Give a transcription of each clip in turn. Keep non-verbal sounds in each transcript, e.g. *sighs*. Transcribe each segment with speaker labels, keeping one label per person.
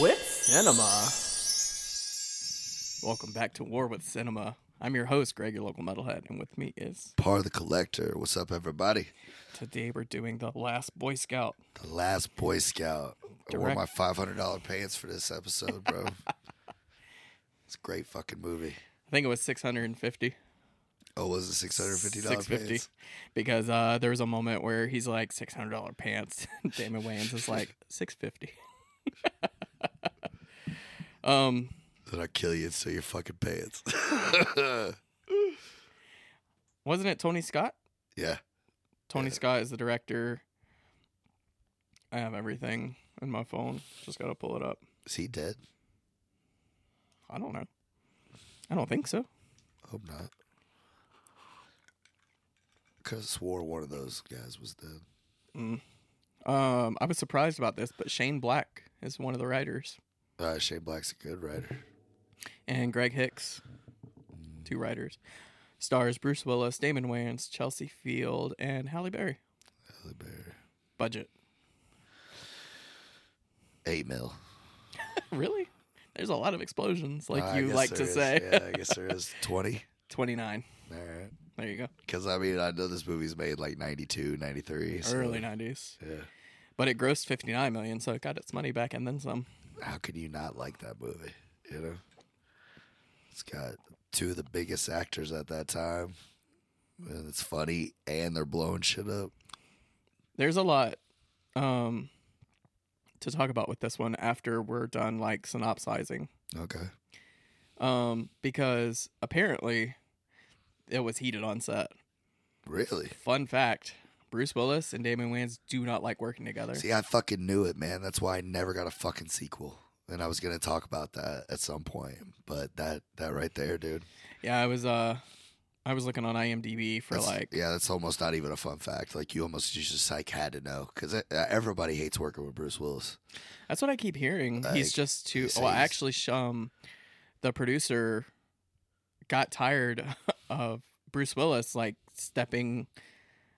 Speaker 1: with cinema. Welcome back to War with Cinema. I'm your host, Greg, your local metalhead, and with me is
Speaker 2: Par the Collector. What's up, everybody?
Speaker 1: today we're doing the Last Boy Scout.
Speaker 2: The last Boy Scout. I wore
Speaker 1: Direct-
Speaker 2: my $500 pants for this
Speaker 1: *laughs*
Speaker 2: episode, bro. it's a great fucking movie.
Speaker 1: I think it was 650.
Speaker 2: Oh, was it $650 pants?
Speaker 1: Because uh, there was a moment where he's like $600 pants. *laughs* Damon Wayans is like 650. *laughs* um,
Speaker 2: Then I kill you and steal your fucking pants. *laughs*
Speaker 1: wasn't it Tony Scott?
Speaker 2: yeah.
Speaker 1: Tony
Speaker 2: Yeah.
Speaker 1: Scott is the director. I have everything in my phone. Just gotta pull it up.
Speaker 2: Is he dead?
Speaker 1: I don't know. I don't think so.
Speaker 2: Hope not. Could have swore one of those guys was dead.
Speaker 1: Um, I was surprised about this, but Shane Black is one of the writers,
Speaker 2: Uh, Shane Black's a good writer.
Speaker 1: and Greg Hicks, two writers. Stars Bruce Willis, Damon Wayans, Chelsea Field, and Halle Berry.
Speaker 2: Halle Berry.
Speaker 1: Budget. *laughs*
Speaker 2: Eight mil.
Speaker 1: really? There's a lot of explosions, like
Speaker 2: Uh, I
Speaker 1: you
Speaker 2: guess
Speaker 1: like to
Speaker 2: there is.
Speaker 1: say. *laughs*
Speaker 2: Yeah, I guess there is 20.
Speaker 1: 29.
Speaker 2: All right.
Speaker 1: There you go.
Speaker 2: Because, I mean, I know this movie's made like 92, 93. So,
Speaker 1: Early 90s.
Speaker 2: Yeah.
Speaker 1: But it grossed 59 million, so it got its money back and then some.
Speaker 2: How can you not like that movie? You know? It's got two of the biggest actors at that time. And it's funny, and they're blowing shit up.
Speaker 1: there's a lot um to talk about with this one after we're done like synopsizing
Speaker 2: Okay.
Speaker 1: um because apparently it was heated on set
Speaker 2: Really?
Speaker 1: fun fact bruce willis and damon wayans do not like working together
Speaker 2: See, I fucking knew it, man. That's why I never got a fucking sequel. And I was gonna talk about that at some point, but that that right there, dude.
Speaker 1: yeah i was uh i was looking on imdb for
Speaker 2: That's,
Speaker 1: like
Speaker 2: yeah, that's almost not even a fun fact. Like you almost you just like had to know because everybody hates working with Bruce Willis.
Speaker 1: that's what i keep hearing
Speaker 2: Like,
Speaker 1: he's just too
Speaker 2: they say
Speaker 1: well
Speaker 2: he's-
Speaker 1: actually sh- um the producer got tired *laughs* of bruce willis like stepping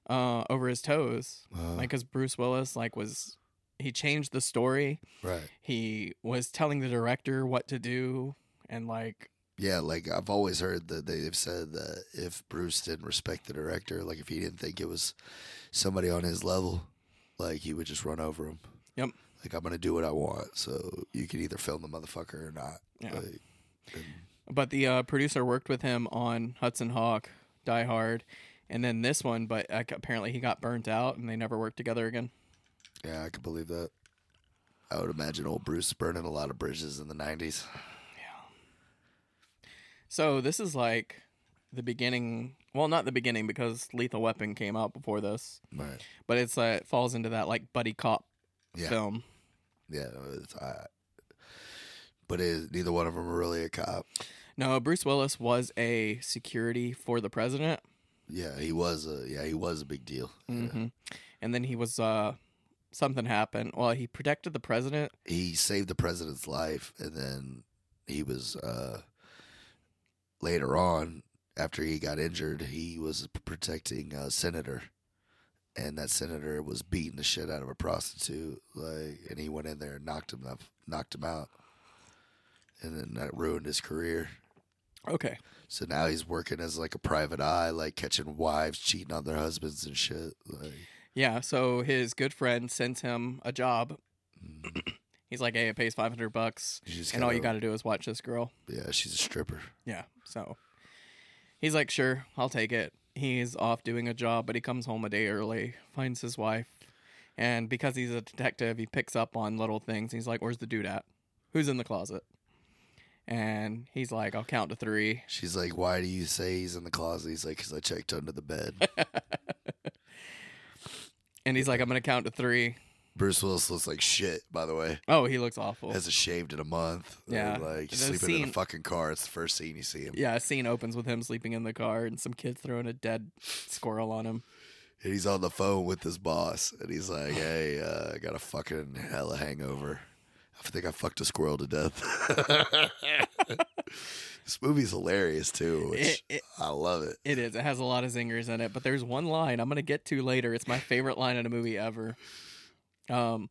Speaker 1: uh over his toes
Speaker 2: Uh,
Speaker 1: like because bruce willis like was he changed the story
Speaker 2: right?
Speaker 1: he was telling the director what to do and like
Speaker 2: Yeah, like I've always heard that they've said that if Bruce didn't respect the director, like if he didn't think it was somebody on his level, like he would just run over him.
Speaker 1: Yep.
Speaker 2: Like I'm gonna do what I want, so you can either film the motherfucker or not.
Speaker 1: yeah.
Speaker 2: Like, and-
Speaker 1: but the uh, producer worked with him on hudson hawk die hard and then this one but like, apparently he got burnt out and they never worked together again
Speaker 2: yeah, I can believe that. I would imagine old Bruce burning a lot of bridges in the '90s.
Speaker 1: so this is like the beginning well not the beginning because lethal weapon came out before this
Speaker 2: Right.
Speaker 1: but it's uh, it falls into that like buddy cop
Speaker 2: Yeah.
Speaker 1: film
Speaker 2: Yeah. It's, I, but it, neither one of them are really a cop.
Speaker 1: no bruce willis was a security for the president
Speaker 2: Yeah, he was a yeah he was a big deal. Yeah.
Speaker 1: hmm And then he was uh something happened. Well, he protected the president.
Speaker 2: he saved the president's life and then he was uh later on after he got injured he was p- protecting a senator and that senator was beating the shit out of a prostitute like and he went in there and knocked him up knocked him out and then that ruined his career
Speaker 1: Okay.
Speaker 2: so now he's working as like a private eye like catching wives cheating on their husbands and shit like
Speaker 1: Yeah, so his good friend sends him a job.
Speaker 2: mm,
Speaker 1: He's like, "Hey, it pays 500 bucks,
Speaker 2: you just
Speaker 1: and all you got
Speaker 2: gotta-
Speaker 1: to do is watch this girl."
Speaker 2: yeah she's a stripper
Speaker 1: Yeah. So he's like, "Sure, I'll take it." He's off doing a job, but he comes home a day early, finds his wife, and because he's a detective, he picks up on little things. He's like, "Where's the dude at? Who's in the closet?" And he's like, "I'll count to 3."
Speaker 2: She's like, "Why do you say he's in the closet?" He's like, "Cause I checked under the
Speaker 1: *laughs*
Speaker 2: bed."
Speaker 1: And he's like, "I'm going to count to 3."
Speaker 2: Bruce Willis looks like shit, by the way.
Speaker 1: Oh, he looks awful.
Speaker 2: Hasn't shaved in a month.
Speaker 1: Yeah.
Speaker 2: And, like he's
Speaker 1: The
Speaker 2: sleeping in
Speaker 1: scene-
Speaker 2: a fucking car. It's the first scene you see him,
Speaker 1: Yeah, a scene opens with him sleeping in the car and some kid throwing a dead squirrel on him.
Speaker 2: and he's on the phone with his boss, and he's
Speaker 1: *sighs*
Speaker 2: like, "Hey, uh, I got a fucking hella hangover. I think I fucked a squirrel
Speaker 1: *laughs*
Speaker 2: to death." this movie's hilarious too, which
Speaker 1: It, it,
Speaker 2: I love it.
Speaker 1: it is. It has a lot of zingers in it, but there's one line I'm going to get to later. It's my favorite line in a movie ever. Um,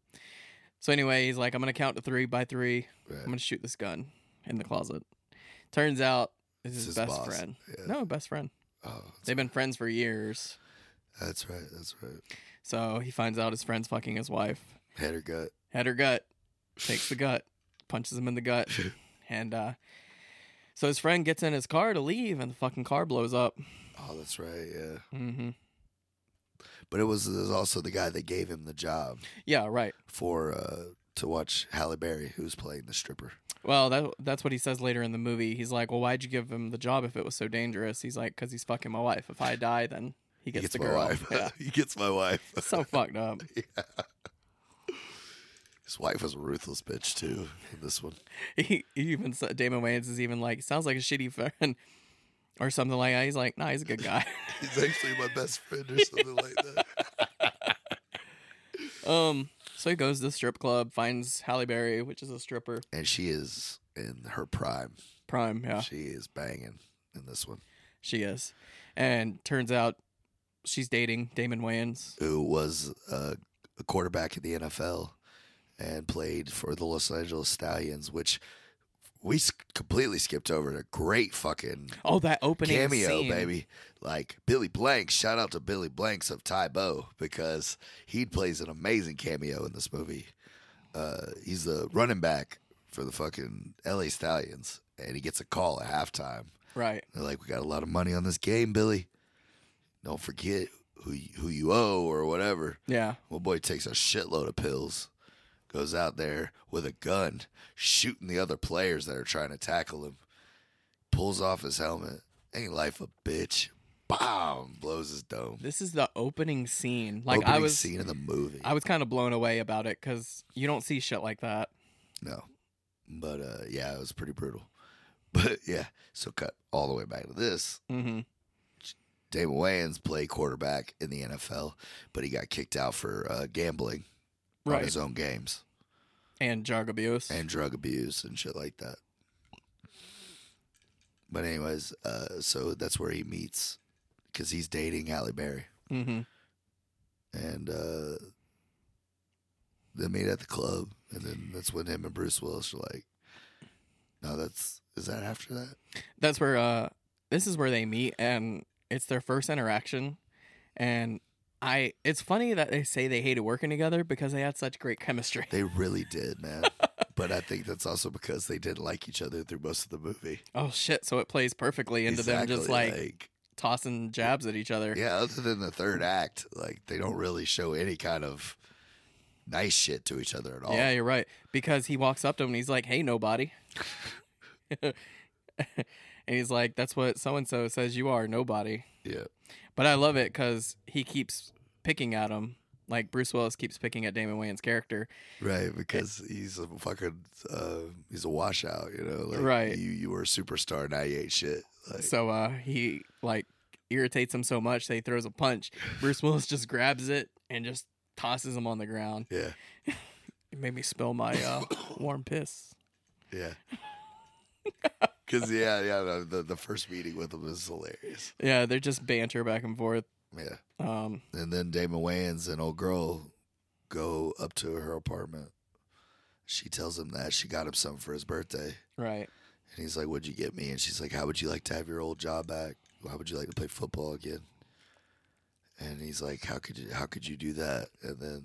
Speaker 1: so anyway, he's like, I'm gonna count to three by three. I'm
Speaker 2: Right.
Speaker 1: gonna shoot this gun in the closet. Turns out it's his,
Speaker 2: It's his
Speaker 1: best
Speaker 2: boss.
Speaker 1: friend.
Speaker 2: Yeah.
Speaker 1: No, best friend.
Speaker 2: Oh, that's,
Speaker 1: They've been friends for years.
Speaker 2: that's right. That's right.
Speaker 1: So he finds out his friend's fucking his wife.
Speaker 2: Head or gut.
Speaker 1: Head or gut. Takes the gut. Punches him in the
Speaker 2: *laughs*
Speaker 1: gut. And uh so his friend gets in his car to leave and the fucking car blows up.
Speaker 2: Oh, that's right. Yeah.
Speaker 1: hmm
Speaker 2: But it was, it was also the guy that gave him the job
Speaker 1: Yeah, right.
Speaker 2: for uh, to watch Halle Berry, who's playing the stripper.
Speaker 1: Well, that that's what he says later in the movie. He's like, "Well, why'd you give him the job if it was so dangerous?" He's like, "Cause he's fucking my wife. If I die, then he
Speaker 2: He
Speaker 1: gets,
Speaker 2: gets
Speaker 1: the
Speaker 2: my
Speaker 1: girl."
Speaker 2: wife.
Speaker 1: Yeah.
Speaker 2: *laughs* he gets my wife.
Speaker 1: so fucked up.
Speaker 2: *laughs* His wife was a ruthless bitch too in this one.
Speaker 1: He, he even sa- Damon Wayans is even like, "Sounds like a shitty friend," *laughs* or something like that. He's like, "Nah, he's a good guy."
Speaker 2: *laughs* *laughs* He's actually my best friend or something like that.
Speaker 1: *laughs* um, so he goes to the strip club, finds Halle Berry, which is a stripper.
Speaker 2: *laughs* And she is in her prime.
Speaker 1: Prime, yeah,
Speaker 2: She is banging in this one.
Speaker 1: she is. And turns out she's dating Damon Wayans.
Speaker 2: Who was uh, a quarterback in the NFL and played for the Los Angeles Stallions, which we s- completely skipped over. A great fucking
Speaker 1: Oh, that opening
Speaker 2: cameo,
Speaker 1: scene.
Speaker 2: baby. Like Billy Blanks. Shout out to Billy Blanks of Ty Bo because he plays an amazing cameo in this movie. Uh, he's the running back for the fucking LA Stallions, and he gets a call at halftime.
Speaker 1: Right.
Speaker 2: They're like, "We got a lot of money on this game, Billy. Don't forget who y- who you owe or whatever."
Speaker 1: Yeah.
Speaker 2: Well, boy takes a shitload of pills, goes out there with a gun, shooting the other players that are trying to tackle him, pulls off his helmet. Ain't life a bitch? Bomb blows his dome.
Speaker 1: This is the opening scene. Like I
Speaker 2: Opening
Speaker 1: was
Speaker 2: scene in the movie.
Speaker 1: I was kind of blown away about it cuz you don't see shit like that.
Speaker 2: no, but uh, yeah, it was pretty brutal. *laughs* But yeah, so cut all the way back to this.
Speaker 1: Mhm.
Speaker 2: Damon Wayans played quarterback in the NFL, but he got kicked out for uh, gambling on
Speaker 1: Right.
Speaker 2: his own games
Speaker 1: And drug abuse.
Speaker 2: and drug abuse and shit like that. But anyways, uh, so that's where he meets because he's dating Halle Berry,
Speaker 1: mhm.
Speaker 2: and uh, they meet at the club, and then that's when him and Bruce Willis are like, "No, that's is that after that?"
Speaker 1: That's where uh this is where they meet and it's their first interaction and I it's funny that they say they hated working together because they had such great chemistry. *laughs*
Speaker 2: They really did, man. but I think that's also because they didn't like each other through most of the movie.
Speaker 1: Oh shit, so it plays perfectly into them just
Speaker 2: Exactly,
Speaker 1: like, tossing jabs at each other.
Speaker 2: Yeah, other than the third act, like they don't really show any kind of nice shit to each other at all.
Speaker 1: Yeah, you're right. Because he walks up to him and he's like, "Hey, nobody," *laughs* and he's like, "That's what so and so says you are, nobody."
Speaker 2: Yeah.
Speaker 1: But I love it because he keeps picking at him. Like Bruce Willis keeps picking at Damon Wayans' character. Eh,
Speaker 2: Right, because he's a fucking uh, he's a washout, you know. Like
Speaker 1: Right.
Speaker 2: you you were a superstar, now you ain't shit. Like,
Speaker 1: So uh, he like irritates him so much that he throws a
Speaker 2: *laughs*
Speaker 1: punch. Bruce Willis just grabs it and just tosses him on the ground.
Speaker 2: yeah,
Speaker 1: It made me spill my
Speaker 2: *coughs*
Speaker 1: uh, warm piss. *laughs*
Speaker 2: yeah. Because yeah, yeah, the, the the first meeting with him is hilarious.
Speaker 1: Yeah, they're just banter back and forth.
Speaker 2: Yeah,
Speaker 1: Um,
Speaker 2: and then Damon Wayans and old girl go up to her apartment. She tells him that she got him something for his birthday.
Speaker 1: right.
Speaker 2: And he's like, What'd you get me? And she's like, How would you like to have your old job back? How would you like to play football again? And he's like, How could you how could you do that? And then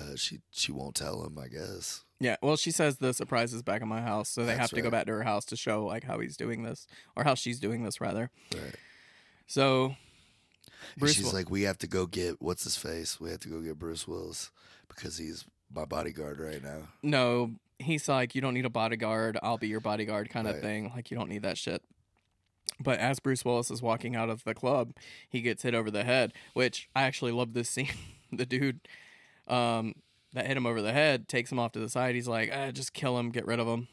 Speaker 2: uh, she she won't tell him, I guess.
Speaker 1: Yeah, well, she says the surprise is back in my house, so they
Speaker 2: That's
Speaker 1: have to go
Speaker 2: right.
Speaker 1: back to her house to show like how he's doing this or how she's doing this rather.
Speaker 2: Right.
Speaker 1: So
Speaker 2: And
Speaker 1: Bruce,
Speaker 2: she's
Speaker 1: Will-
Speaker 2: like, We have to go get what's his face? We have to go get Bruce Willis because he's my bodyguard right now.
Speaker 1: no, he's like, you don't need a bodyguard. I'll be your bodyguard, kind of
Speaker 2: Right.
Speaker 1: thing. Like you don't need that shit. But as Bruce Willis is walking out of the club, he gets hit over the head, which I actually love this *laughs* scene. the dude um, that hit him over the head takes him off to the side. He's like, ah, just kill him, get rid of him.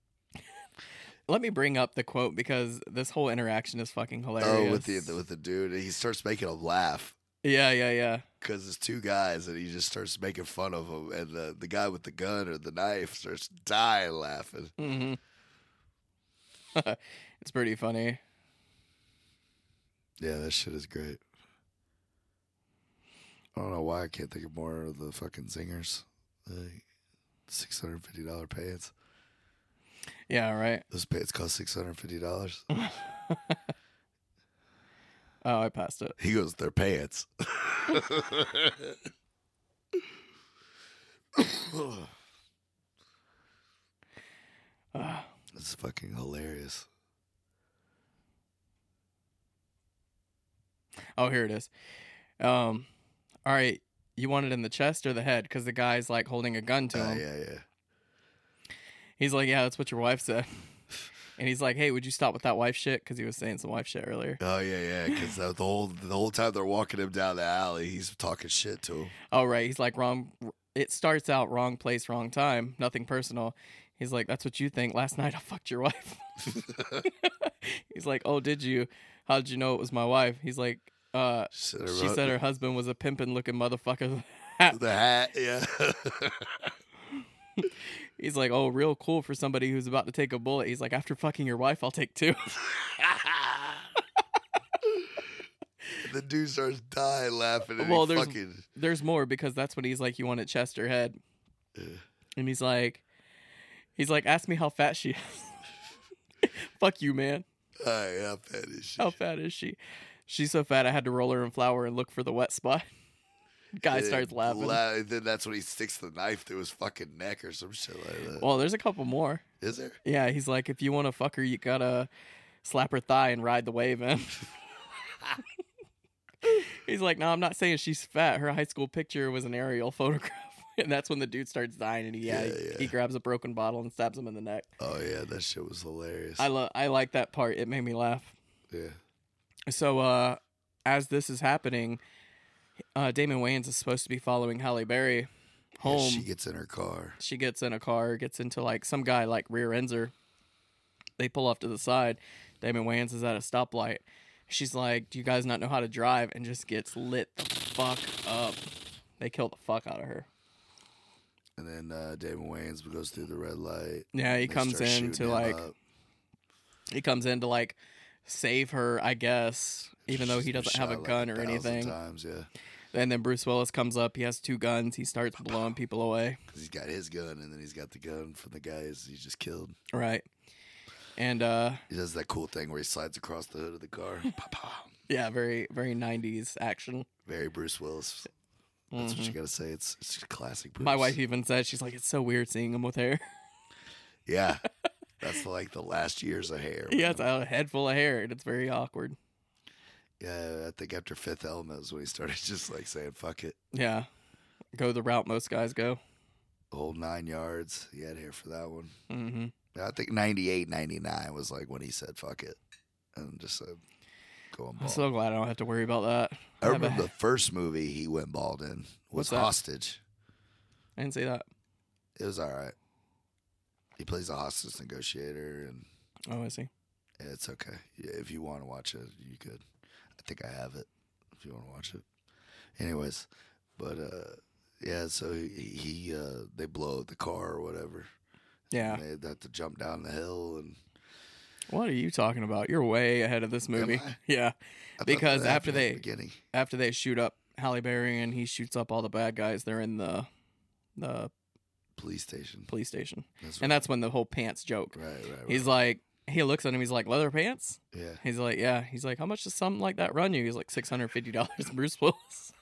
Speaker 1: *laughs* Let me bring up the quote because this whole interaction is fucking hilarious.
Speaker 2: Oh, with the with the dude. And he starts making him laugh.
Speaker 1: Yeah, yeah, yeah.
Speaker 2: Cause it's two guys, and he just starts making fun of him, and the, the guy with the gun or the knife starts dying laughing.
Speaker 1: hmm *laughs* it's pretty funny.
Speaker 2: Yeah, that shit is great. I don't know why I can't think of more of the fucking singers. Like six hundred fifty dollar pants.
Speaker 1: Yeah, right.
Speaker 2: Those pants cost six hundred fifty dollars.
Speaker 1: Mm. Oh, I passed it.
Speaker 2: He goes, they're pants. *laughs*
Speaker 1: *sighs* Uh,
Speaker 2: It's fucking hilarious.
Speaker 1: oh, here it is. Um, all right. You want it in the chest or the head? Because the guy's like holding a gun to
Speaker 2: Uh,
Speaker 1: him.
Speaker 2: yeah, yeah.
Speaker 1: He's like, yeah, that's what your wife said. *laughs* And he's like, hey, would you stop with that wife shit? Because he was saying some wife shit earlier.
Speaker 2: Oh yeah, yeah. Because the whole the whole time they're walking him down the alley, he's talking shit to him.
Speaker 1: Oh, right. He's like, wrong. It starts out wrong place, wrong time. Nothing personal. He's like, that's what you think. Last night I *laughs* fucked your
Speaker 2: *laughs*
Speaker 1: wife. He's like, oh, did you? How did you know it was my wife? He's like, uh,
Speaker 2: Said her
Speaker 1: she
Speaker 2: hu-
Speaker 1: said her husband was a pimpin' looking motherfucker. hat."
Speaker 2: *laughs* the hat. Yeah,
Speaker 1: He's like, oh, real cool for somebody who's about to take a bullet. He's like, after fucking your wife, I'll take two. *laughs*
Speaker 2: the dude starts dying laughing. And
Speaker 1: Well,
Speaker 2: he
Speaker 1: there's-
Speaker 2: fucking
Speaker 1: There's more because that's when he's like, you want it chest or head.
Speaker 2: Yeah.
Speaker 1: And he's like, he's like, ask me how fat she is. *laughs* Fuck you, man.
Speaker 2: all right, how fat is she?
Speaker 1: How fat is she? She's so fat I had to roll her in flour and look for the wet spot. *laughs* Guy
Speaker 2: And
Speaker 1: starts laughing.
Speaker 2: la- then that's when he sticks the knife through his fucking neck or some shit like that. Is
Speaker 1: well, there's a couple more.
Speaker 2: there?
Speaker 1: Yeah, he's like, if you want to fuck her, you gotta slap her thigh and ride the wave in. *laughs* he's like, no, I'm not saying she's fat. Her high school picture was an aerial *laughs* photograph. And that's when the dude starts dying, and he, yeah,
Speaker 2: Yeah,
Speaker 1: he,
Speaker 2: yeah.
Speaker 1: he grabs a broken bottle and stabs him in the neck.
Speaker 2: Oh yeah, that shit was hilarious.
Speaker 1: I lo- I like that part. It made me laugh.
Speaker 2: yeah.
Speaker 1: So, uh, as this is happening, uh, Damon Wayans is supposed to be following Halle Berry home.
Speaker 2: Yeah, she
Speaker 1: she,
Speaker 2: gets in her car.
Speaker 1: gets in a car, gets into like some guy like rear ends her. They pull off to the side. Damon Wayans is at a stoplight. She's like, "Do you guys not know how to drive?" and just gets lit the fuck up. They kill the fuck out of her.
Speaker 2: And then uh, Damon Wayans goes through the red light.
Speaker 1: Yeah, he
Speaker 2: They
Speaker 1: comes
Speaker 2: start
Speaker 1: in
Speaker 2: shooting
Speaker 1: to
Speaker 2: him
Speaker 1: like
Speaker 2: up.
Speaker 1: he comes in to like save her, I guess, even though
Speaker 2: She's
Speaker 1: he
Speaker 2: been
Speaker 1: doesn't have a
Speaker 2: shot, like,
Speaker 1: gun or
Speaker 2: thousand
Speaker 1: anything.
Speaker 2: Times, yeah,
Speaker 1: And then Bruce Willis comes up. He has two guns. He starts blowing people away.
Speaker 2: because he's got his gun, and then he's got the gun from the guys he just killed.
Speaker 1: Right. And uh
Speaker 2: He does that cool thing where he slides across the hood of the car. Pa-pam.
Speaker 1: yeah, very very 90s action.
Speaker 2: Very Bruce Willis. That's
Speaker 1: Mhm.
Speaker 2: what you gotta say. It's it's classic. Bruce.
Speaker 1: My wife even said she's like it's so weird seeing him with hair. *laughs*
Speaker 2: Yeah, that's like the last years of hair.
Speaker 1: he
Speaker 2: man.
Speaker 1: has a head full of hair and it's very awkward.
Speaker 2: yeah. I think after Fifth Element is when he started *laughs* just like saying "fuck it,"
Speaker 1: Yeah. Go the route most guys go.
Speaker 2: the whole nine yards. He had hair for that one.
Speaker 1: Mhm.
Speaker 2: I think 98, 99 was like when he said "fuck it," and just said, "Go on
Speaker 1: I'm
Speaker 2: bald."
Speaker 1: so glad I don't have to worry about that.
Speaker 2: I
Speaker 1: I have a-
Speaker 2: remember the first movie he went bald in
Speaker 1: What's
Speaker 2: was
Speaker 1: that?
Speaker 2: Hostage.
Speaker 1: I didn't say that.
Speaker 2: It was all right. He plays a hostage negotiator, and
Speaker 1: Oh, I see.
Speaker 2: it's okay. Yeah, If you want to watch it, you could. I think I have it. If you want to watch it, anyways. But uh, yeah, so he, he uh, they blow up the car or whatever.
Speaker 1: Yeah.
Speaker 2: And they have to jump down the hill, and
Speaker 1: What are you talking about? You're way ahead of this movie.
Speaker 2: I?
Speaker 1: *laughs* Yeah.
Speaker 2: I thought
Speaker 1: Because
Speaker 2: that
Speaker 1: after
Speaker 2: happened at
Speaker 1: they-
Speaker 2: the beginning,
Speaker 1: after they shoot up Halle Berry and he shoots up all the bad guys, they're in the the
Speaker 2: police station,
Speaker 1: police station.
Speaker 2: that's
Speaker 1: And that's when the whole pants joke.
Speaker 2: right, right, right.
Speaker 1: He's like he looks at him, he's like, Leather pants?
Speaker 2: yeah.
Speaker 1: He's like, Yeah. He's like, How much does something like that run you? He's like six hundred fifty dollars, *laughs* Bruce Willis.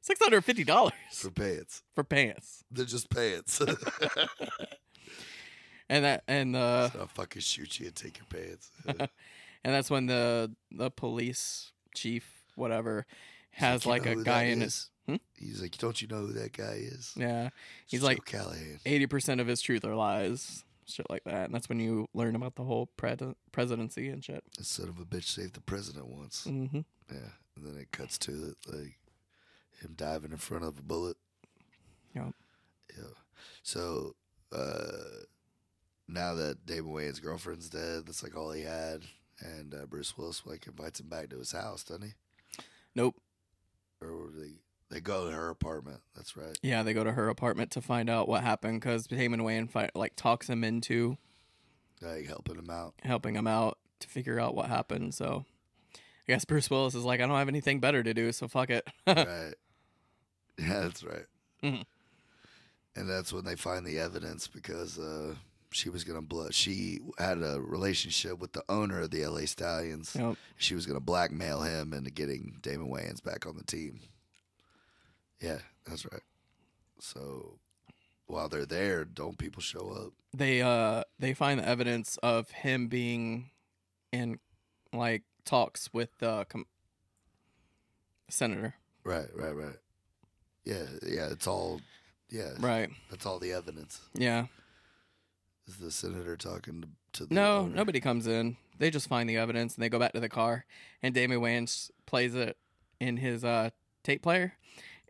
Speaker 1: Six hundred fifty dollars
Speaker 2: For pants,
Speaker 1: for pants.
Speaker 2: they're just pants. *laughs*
Speaker 1: Uh, And that and the
Speaker 2: so I'll fucking shoot you and take your
Speaker 1: *laughs*
Speaker 2: pants.
Speaker 1: and that's when the the police chief, whatever, has
Speaker 2: You
Speaker 1: like
Speaker 2: know
Speaker 1: a
Speaker 2: who
Speaker 1: guy
Speaker 2: that
Speaker 1: in his
Speaker 2: is?
Speaker 1: Hmm?
Speaker 2: He's like, don't you know who that guy is?
Speaker 1: Yeah.
Speaker 2: It's
Speaker 1: he's
Speaker 2: Joe
Speaker 1: like-
Speaker 2: Callahan.
Speaker 1: eighty percent of his truth are lies, shit like that. And that's when you learn about the whole pres- presidency and shit.
Speaker 2: That son of a bitch saved the president once.
Speaker 1: Mm-hmm.
Speaker 2: Yeah, and then it cuts to it like him diving in front of a bullet.
Speaker 1: Yup.
Speaker 2: Yeah. So uh, now that Damon Wayne's girlfriend's dead, that's like all he had, and uh, Bruce Willis like invites him back to his house, doesn't he?
Speaker 1: Nope.
Speaker 2: Or they they go to her apartment. That's right.
Speaker 1: Yeah, they go to her apartment to find out what happened because Damon Wayne fi- like talks him into
Speaker 2: Like helping him out.
Speaker 1: helping him out to figure out what happened. *laughs* So I guess Bruce Willis is like, I don't have anything better to do, so fuck it.
Speaker 2: right. *laughs* Yeah, that's right.
Speaker 1: Mhm.
Speaker 2: And that's when they find the evidence because uh, she was gonna blood. She had a relationship with the owner of the LA Stallions.
Speaker 1: Yep.
Speaker 2: She was gonna blackmail him into getting Damon Wayans back on the team. Yeah, that's right. So while they're there, don't people show up?
Speaker 1: They uh they find the evidence of him being in like talks with the com- senator.
Speaker 2: Right, right, right. Yeah, yeah. It's all. Yeah,
Speaker 1: Right.
Speaker 2: that's all the evidence.
Speaker 1: Yeah.
Speaker 2: Is the senator talking to, to the
Speaker 1: No,
Speaker 2: owner?
Speaker 1: nobody comes in. They just find the evidence and they go back to the car. And Damon Wayans plays it in his uh, tape player.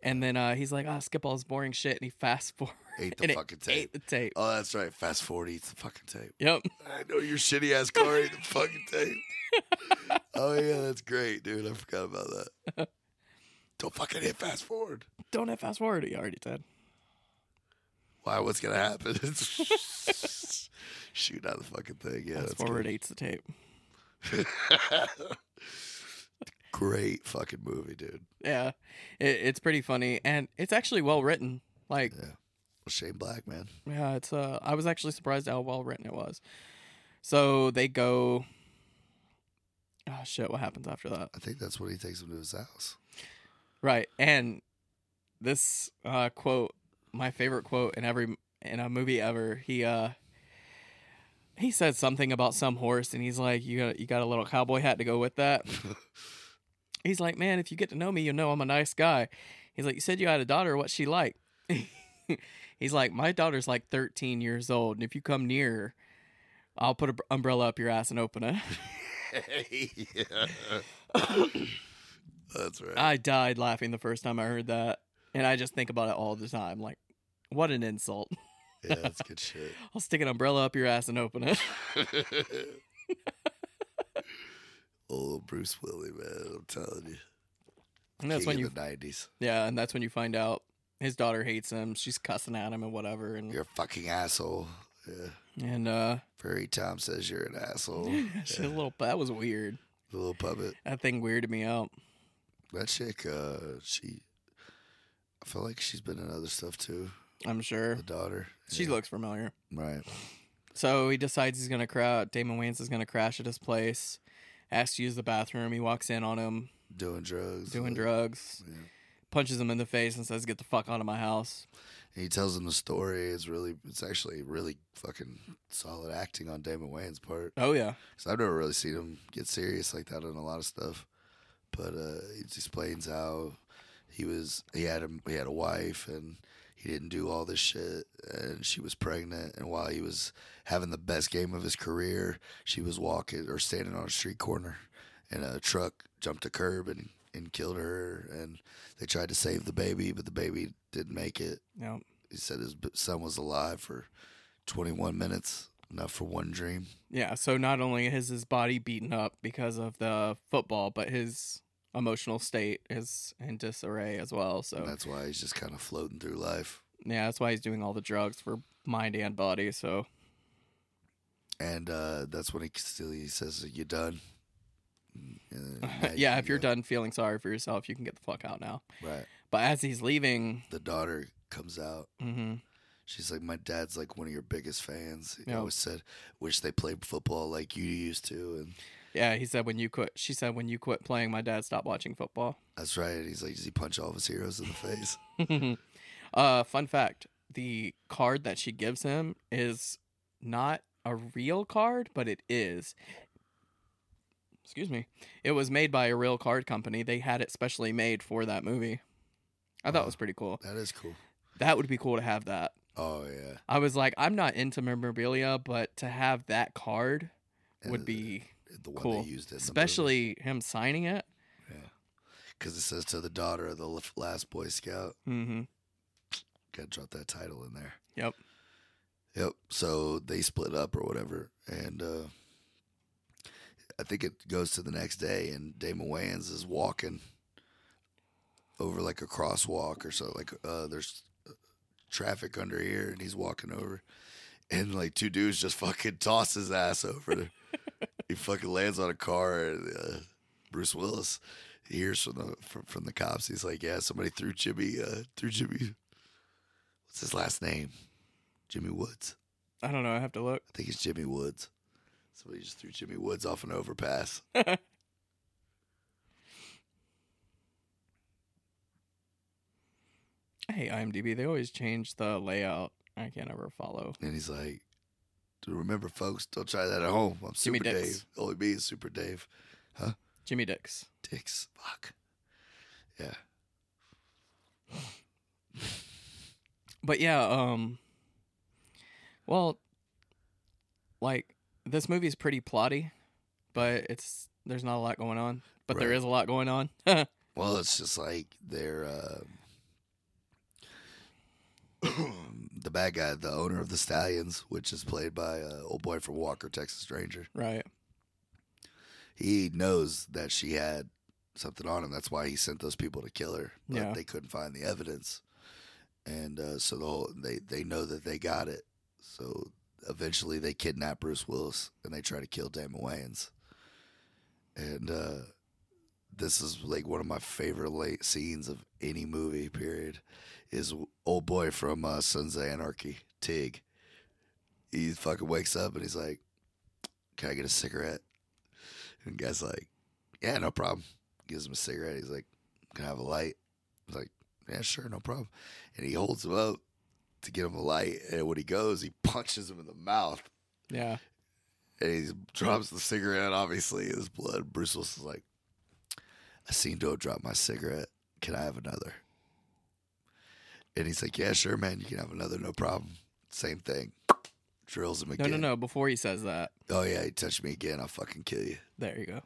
Speaker 1: And then uh, he's like, "Ah, skip all this boring shit," and he fast forward
Speaker 2: ate the
Speaker 1: and it
Speaker 2: fucking tape.
Speaker 1: ate the *laughs* tape.
Speaker 2: Oh, that's right. Fast forward eats the fucking tape.
Speaker 1: Yep.
Speaker 2: I know your shitty ass car ate the fucking
Speaker 1: *laughs*
Speaker 2: tape. oh yeah, that's great, dude. I forgot about that.
Speaker 1: *laughs*
Speaker 2: Don't fucking hit fast forward.
Speaker 1: Don't have fast forward. He already did.
Speaker 2: Why? What's gonna happen? *laughs* Shoot out the fucking thing. Yeah,
Speaker 1: fast
Speaker 2: that's
Speaker 1: forward eats the tape.
Speaker 2: good. *laughs* great fucking movie, dude.
Speaker 1: Yeah, it, it's pretty funny and it's actually well written. Like,
Speaker 2: Yeah, Shane Black, man.
Speaker 1: yeah, it's. Uh, I was actually surprised how well written it was. So they go. Oh shit! What happens after that?
Speaker 2: I think that's when he takes him to
Speaker 1: *laughs*
Speaker 2: his house.
Speaker 1: Right. And this uh, quote, my favorite quote in every in a movie ever. He uh he says something about some horse and he's like, "You got you got a little cowboy hat to go with that." he's like, "Man, if you get to know me, you'll know I'm a nice guy." He's like, "You said you had a daughter. What's she like?" *laughs* he's like, "My daughter's like 13 years old, and if you come near her, I'll put an umbrella up your ass and open it."
Speaker 2: yeah. *coughs* that's right.
Speaker 1: I died laughing the first time I heard that, and I just think about it all the time. Like, what an insult! *laughs*
Speaker 2: yeah, that's good shit.
Speaker 1: I'll stick an umbrella up your ass and open it. *laughs*
Speaker 2: *laughs* Old Bruce Willie, man. I'm telling you.
Speaker 1: And that's
Speaker 2: King
Speaker 1: when
Speaker 2: of
Speaker 1: you,
Speaker 2: the nineties.
Speaker 1: yeah, and that's when you find out his daughter hates him. She's cussing at him and whatever, and
Speaker 2: You're a fucking asshole. Yeah.
Speaker 1: and uh,
Speaker 2: Prairie Tom says you're an
Speaker 1: *laughs*
Speaker 2: asshole.
Speaker 1: she's a little. That was weird.
Speaker 2: The little puppet.
Speaker 1: That thing weirded me out.
Speaker 2: That chick, uh, she I feel like she's been in other stuff too.
Speaker 1: I'm sure
Speaker 2: The daughter.
Speaker 1: she
Speaker 2: Yeah.
Speaker 1: looks familiar.
Speaker 2: right.
Speaker 1: So he decides he's gonna crash. Damon Wayans is gonna crash at his place. Asks to use the bathroom. He walks in on him
Speaker 2: Doing drugs.
Speaker 1: doing
Speaker 2: like,
Speaker 1: drugs.
Speaker 2: yeah.
Speaker 1: Punches him in the face and says, "Get the fuck out of my house."
Speaker 2: And he tells him the story. It's really it's actually really fucking solid acting on Damon Wayne's part.
Speaker 1: Oh yeah,
Speaker 2: Cause I've never really seen him get serious like that in a lot of stuff, but uh, he just explains how he was he had him he had a wife and he didn't do all this shit and she was pregnant and while he was having the best game of his career, she was walking or standing on a street corner and a truck jumped a curb and and killed her and they tried to save the baby but the baby didn't make it.
Speaker 1: yeah.
Speaker 2: He said his b- son was alive for 21 minutes, enough for one dream.
Speaker 1: Yeah, so not only is his body beaten up because of the football, but his emotional state is in disarray as well.
Speaker 2: And
Speaker 1: So
Speaker 2: that's why he's just kind of floating through life.
Speaker 1: yeah, that's why he's doing all the drugs for mind and body. So *laughs*
Speaker 2: And uh, that's when he still he says, "You done?"
Speaker 1: *laughs*
Speaker 2: And now you
Speaker 1: yeah,
Speaker 2: can
Speaker 1: if you're
Speaker 2: go.
Speaker 1: done feeling sorry for yourself, you can get the fuck out now.
Speaker 2: right?
Speaker 1: But as he's leaving,
Speaker 2: The daughter comes out.
Speaker 1: hmm
Speaker 2: She's like, "My dad's like one of your biggest fans." He
Speaker 1: Yeah.
Speaker 2: always said, "Wish they played football like you used to." And
Speaker 1: yeah, he said when you quit, she said when you quit playing, my dad stopped watching football.
Speaker 2: that's right. And he's like, "Does he punch all of his
Speaker 1: *laughs*
Speaker 2: heroes in the face?"
Speaker 1: uh, fun fact: the card that she gives him is not a real card, but it is. Excuse me. It was made by a real card company. They had it specially made for that movie. I thought it was pretty cool.
Speaker 2: that is cool.
Speaker 1: That would be cool to have that.
Speaker 2: Oh yeah,
Speaker 1: I was like, I'm not into memorabilia, but to have that card would
Speaker 2: And
Speaker 1: be,
Speaker 2: the one
Speaker 1: cool.
Speaker 2: they used in
Speaker 1: especially him signing it.
Speaker 2: because it says to the daughter of the l- last Boy Scout.
Speaker 1: hmm
Speaker 2: Gotta drop that title in there.
Speaker 1: Yep.
Speaker 2: Yep. So they split up or whatever, and uh, I think it goes to the next day, and Damon Wayans is walking over like a crosswalk or so. Like uh, there's traffic under here, and he's walking over, and like two dudes just *laughs* fucking toss his ass over. he fucking lands on a car, and, uh, Bruce Willis, he hears from the from, from the cops. He's like, yeah, somebody threw Jimmy uh, threw Jimmy. What's his last name? Jimmy Woods.
Speaker 1: I don't know. I have to look.
Speaker 2: I think it's Jimmy Woods. Somebody just threw Jimmy Woods off an overpass.
Speaker 1: Hey, IMDb, they always change the layout. I can't ever follow.
Speaker 2: And he's like, remember, folks, don't try that at home. I'm
Speaker 1: Jimmy
Speaker 2: Super
Speaker 1: Dix.
Speaker 2: Dave. Only me is Super Dave.
Speaker 1: Jimmy Dix.
Speaker 2: Dicks. Fuck. Yeah.
Speaker 1: But yeah, um well like this movie's pretty plotty, but it's there's not a lot going on, but there
Speaker 2: Right.
Speaker 1: is a lot going on. *laughs*
Speaker 2: Well, it's just like they're um *clears throat* the bad guy, the owner of the Stallions, which is played by uh, old boy from Walker, Texas Ranger.
Speaker 1: right.
Speaker 2: He knows that she had something on him. That's why he sent those people to kill her. But
Speaker 1: Yeah.
Speaker 2: they couldn't find the evidence, and uh, so the whole they they know that they got it. So eventually, they kidnap Bruce Willis and they try to kill Damon Wayans. And uh, this is like one of my favorite late scenes of any movie. Period. Is old boy from uh, Sons of Anarchy, Tig. He fucking wakes up and he's like, "Can I get a cigarette?" And the guy's like, yeah, no problem. Gives him a cigarette. He's like, can I have a light? He's like, yeah, sure, no problem. And he holds him up to get him a light. And when he goes, he punches him in the mouth.
Speaker 1: Yeah.
Speaker 2: And he drops the cigarette, obviously, in his blood. Bruce Willis is like, I seen Doe drop my cigarette. Can I have another? And he's like, yeah, sure, man. You can have another, no problem. Same thing. Drills him
Speaker 1: No,
Speaker 2: again.
Speaker 1: no, no, before he says that.
Speaker 2: Oh, yeah, he touched me again. I'll fucking kill you.
Speaker 1: There you go.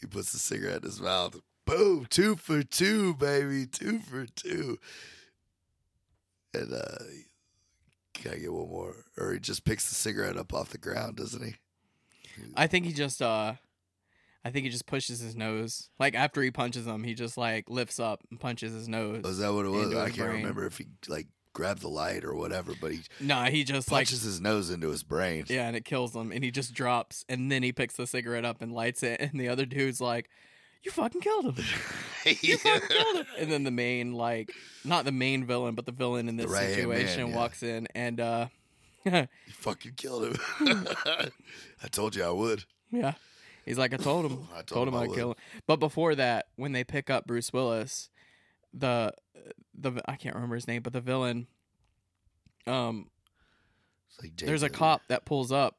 Speaker 2: He puts the cigarette in his mouth. Boom, two for two, baby, two for two. And uh can I get one more? Or he just picks the cigarette up off the ground, doesn't he?
Speaker 1: I think he just uh I think he just pushes his nose. Like after he punches him, he just like lifts up and punches his nose.
Speaker 2: Was Oh, that what it was?
Speaker 1: Into
Speaker 2: I
Speaker 1: his
Speaker 2: can't
Speaker 1: brain.
Speaker 2: remember if he like grabbed the light or whatever, but he
Speaker 1: Nah, he just like
Speaker 2: punches his nose into his brain. *laughs*
Speaker 1: Yeah, and it kills him, and he just drops, and then he picks the cigarette up and lights it, *laughs* and the other dude's like, "You fucking killed him! *laughs* You fucking killed him!" And then the main, like, not the main villain, but the villain in
Speaker 2: The
Speaker 1: this
Speaker 2: right-hand
Speaker 1: situation
Speaker 2: man, yeah.
Speaker 1: walks in, and uh, *laughs*
Speaker 2: You fucking killed him. *laughs* I told you I would.
Speaker 1: yeah, he's like, "I told him,
Speaker 2: *sighs* I told
Speaker 1: told
Speaker 2: him
Speaker 1: him
Speaker 2: I
Speaker 1: I'd
Speaker 2: would."
Speaker 1: kill him." But before that, when they pick up Bruce Willis, the the I can't remember his name, but the villain, um,
Speaker 2: It's like
Speaker 1: there's a
Speaker 2: Jacob.
Speaker 1: cop that pulls up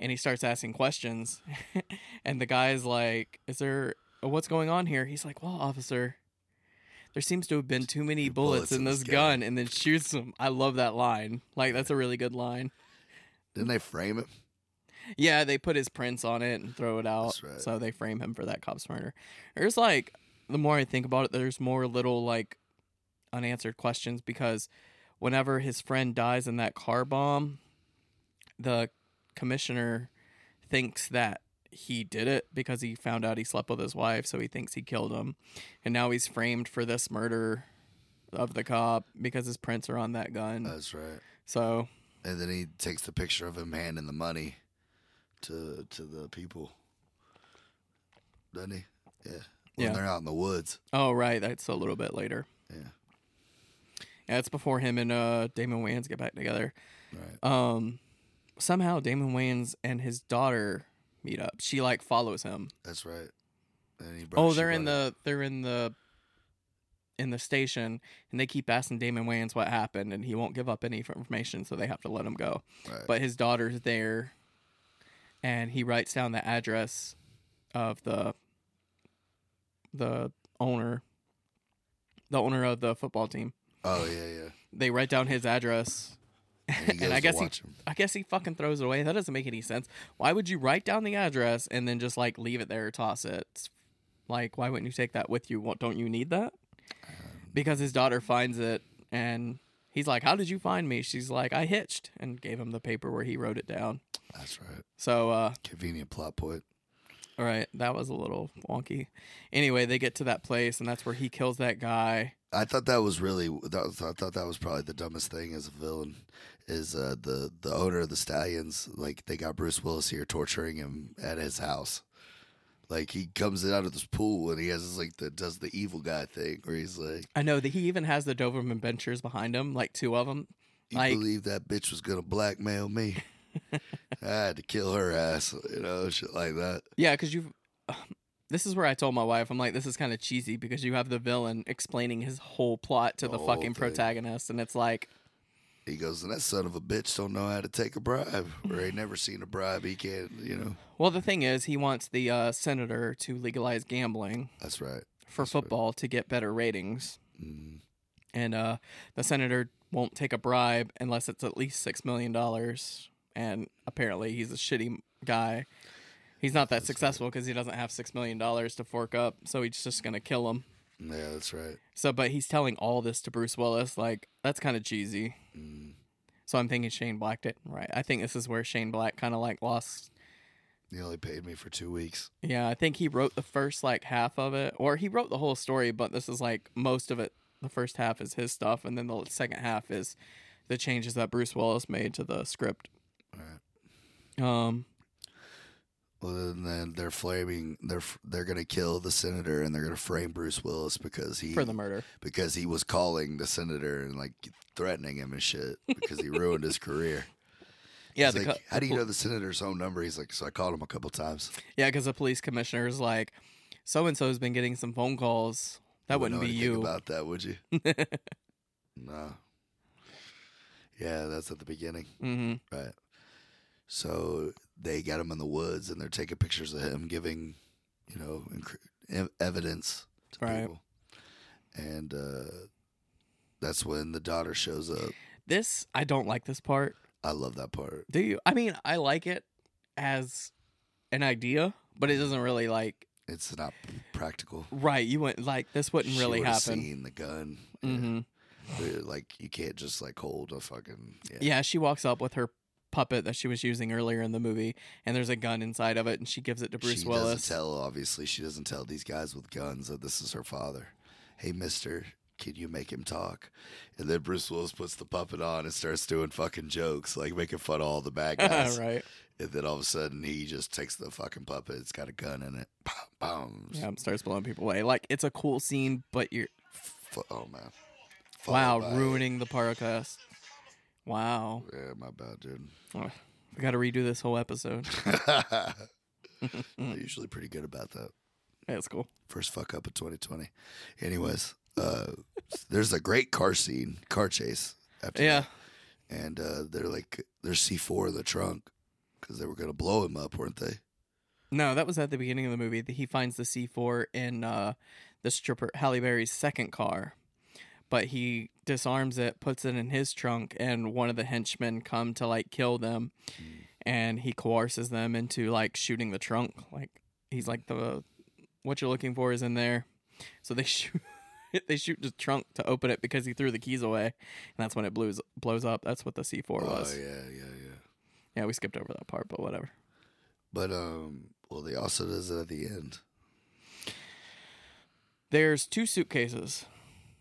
Speaker 1: and he starts asking questions *laughs* and the guy's like is there what's going on here he's like well officer there seems to have been too many
Speaker 2: Few
Speaker 1: bullets, in this
Speaker 2: gun."
Speaker 1: gun and then shoots him i love that line like that's a really good line
Speaker 2: Didn't they frame him?
Speaker 1: yeah they put his prints on it and throw it out
Speaker 2: That's right.
Speaker 1: so they frame him for that cop's murder there's like the more i think about it there's more little like unanswered questions because whenever his friend dies in that car bomb, the commissioner thinks that he did it because he found out he slept with his wife, so he thinks he killed him. And now he's framed for this murder of the cop because his prints are on that gun.
Speaker 2: That's right.
Speaker 1: So,
Speaker 2: And then he takes the picture of him handing the money to to the people. Doesn't he? Yeah. When
Speaker 1: Yeah.
Speaker 2: they're out in the woods.
Speaker 1: oh, right, that's a little bit later.
Speaker 2: Yeah.
Speaker 1: Yeah, it's before him and uh, Damon Wayans get back together.
Speaker 2: Right.
Speaker 1: Um, somehow Damon Wayans and his daughter meet up. She like follows him.
Speaker 2: That's right. And he brought,
Speaker 1: Oh,
Speaker 2: she
Speaker 1: they're in
Speaker 2: brought
Speaker 1: the they're in the in the station, and they keep asking Damon Wayans what happened, and he won't give up any information, so they have to let him go.
Speaker 2: it- right.
Speaker 1: But his daughter's there, and he writes down the address of the the owner, the owner of the football team.
Speaker 2: Oh yeah, yeah.
Speaker 1: They write down his address.
Speaker 2: And,
Speaker 1: *laughs*
Speaker 2: he
Speaker 1: And I
Speaker 2: goes to
Speaker 1: guess he-
Speaker 2: watch him.
Speaker 1: I guess he fucking throws it away. That doesn't make any sense. Why would you write down the address and then just like leave it there or toss it? It's- Like, why wouldn't you take that with you? What don't you need that? because his daughter finds it and he's like, How did you find me? She's like, I hitched and gave him the paper where he wrote it down.
Speaker 2: That's right.
Speaker 1: So, uh,
Speaker 2: Convenient plot point.
Speaker 1: all right, that was a little wonky. Anyway, they get to that place and that's where he kills that guy.
Speaker 2: I thought that was really. That was, I thought that was probably the dumbest thing as a villain is uh, the the owner of the stallions. Like they got Bruce Willis here torturing him at his house. Like he comes in out of this pool and he has this, like the does the evil guy thing where he's like,
Speaker 1: I know that he even has the Doberman benchers behind him, like two of them.
Speaker 2: "You
Speaker 1: Like-
Speaker 2: believe that bitch was gonna blackmail me? I had to kill her ass, you know, shit like that."
Speaker 1: Yeah, because you. *sighs* This is where I told my wife, I'm like, this is kind of cheesy because you have the villain explaining his whole plot to
Speaker 2: The
Speaker 1: the,
Speaker 2: whole
Speaker 1: fucking
Speaker 2: thing.
Speaker 1: protagonist, and it's like,
Speaker 2: He goes, and that son of a bitch don't know how to take a bribe, or he never seen a bribe. He can't, you know.
Speaker 1: well, the thing is, he wants the uh, senator to legalize gambling
Speaker 2: That's right.
Speaker 1: for
Speaker 2: That's right.
Speaker 1: football to get better ratings,
Speaker 2: Mm.
Speaker 1: and uh, the senator won't take a bribe unless it's at least six million dollars. And apparently, he's a shitty guy. He's not that
Speaker 2: That's right.
Speaker 1: successful because he doesn't have six million dollars to fork up, so he's just gonna kill him.
Speaker 2: Yeah, that's right.
Speaker 1: So, but he's telling all this to Bruce Willis. Like, that's kind of cheesy.
Speaker 2: Mm.
Speaker 1: So I'm thinking Shane Black did right. I think this is where Shane Black kind of like lost.
Speaker 2: He only paid me for two weeks.
Speaker 1: Yeah, I think he wrote the first like half of it, or he wrote the whole story, but this is like most of it. The first half is his stuff, and then the second half is the changes that Bruce Willis made to the script.
Speaker 2: All right.
Speaker 1: Um,
Speaker 2: Well, then, then they're flaming. They're f- they're gonna kill the senator, and they're gonna frame Bruce Willis because he
Speaker 1: for the murder.
Speaker 2: because he was calling the senator and like threatening him and shit because he ruined his career.
Speaker 1: *laughs* Yeah,
Speaker 2: He's
Speaker 1: the
Speaker 2: like,
Speaker 1: co-
Speaker 2: how do you
Speaker 1: pol-
Speaker 2: know the senator's home number? He's like, so I called him a couple times.
Speaker 1: yeah, because the police commissioner is like, so and so has been getting some phone calls. That
Speaker 2: You
Speaker 1: wouldn't
Speaker 2: know
Speaker 1: be
Speaker 2: anything
Speaker 1: you.
Speaker 2: about that,
Speaker 1: *laughs*
Speaker 2: would you? no. Yeah, that's at the beginning,
Speaker 1: hmm
Speaker 2: right? So they got him in the woods and they're taking pictures of him, giving you know incre- ev- evidence to
Speaker 1: Right.
Speaker 2: people, and uh, that's when the daughter shows up.
Speaker 1: This I don't like this part.
Speaker 2: I love that part.
Speaker 1: Do you? I mean, I like it as an idea, but it doesn't really like
Speaker 2: It's not practical.
Speaker 1: right. You wouldn't like this wouldn't
Speaker 2: She
Speaker 1: really
Speaker 2: would've
Speaker 1: happen.
Speaker 2: Seen the gun. Yeah.
Speaker 1: hmm
Speaker 2: They're Like you can't just like hold a fucking yeah.
Speaker 1: Yeah. she walks up with her puppet that she was using earlier in the movie, and there's a gun inside of it, and she gives it to Bruce
Speaker 2: she
Speaker 1: Willis. *laughs*
Speaker 2: doesn't tell. Obviously, she doesn't tell these guys with guns that this is her father. Hey, Mister, can you make him talk? And then Bruce Willis puts the puppet on and starts doing fucking jokes, like making fun of all
Speaker 1: *laughs*
Speaker 2: the bad guys.
Speaker 1: right?
Speaker 2: And then all of a sudden, he just takes the fucking puppet. It's got a gun in it. Bam, bam.
Speaker 1: Yeah, starts blowing people away. Like it's a cool scene, but you're
Speaker 2: F- oh man. Followed
Speaker 1: wow
Speaker 2: by-
Speaker 1: ruining the podcast. Wow,
Speaker 2: Yeah, my bad, dude. *laughs*
Speaker 1: Ugh. we got to redo this whole episode.
Speaker 2: They're usually pretty good about that.
Speaker 1: That's cool.
Speaker 2: First fuck up of 2020. Anyways, uh, there's a great car scene, car chase. After
Speaker 1: Yeah,
Speaker 2: that. and uh, they're like there's C4 in the trunk because they were gonna blow him up, weren't they?
Speaker 1: No, that was at the beginning of the movie. that He finds the C4 in uh, the stripper Halle Berry's second car, but he disarms it, puts it in his trunk, and one of the henchmen come to like kill them,
Speaker 2: Mm.
Speaker 1: and he coerces them into like shooting the trunk. Like he's like the what you're looking for is in there, so they *laughs* shoot. They shoot the trunk to open it because he threw the keys away, and that's when it blows blows up. That's what the C four was.
Speaker 2: Oh
Speaker 1: Yeah.
Speaker 2: yeah, yeah, yeah.
Speaker 1: we skipped over that part, but whatever.
Speaker 2: But um, well, they also does it at the end.
Speaker 1: There's two suitcases.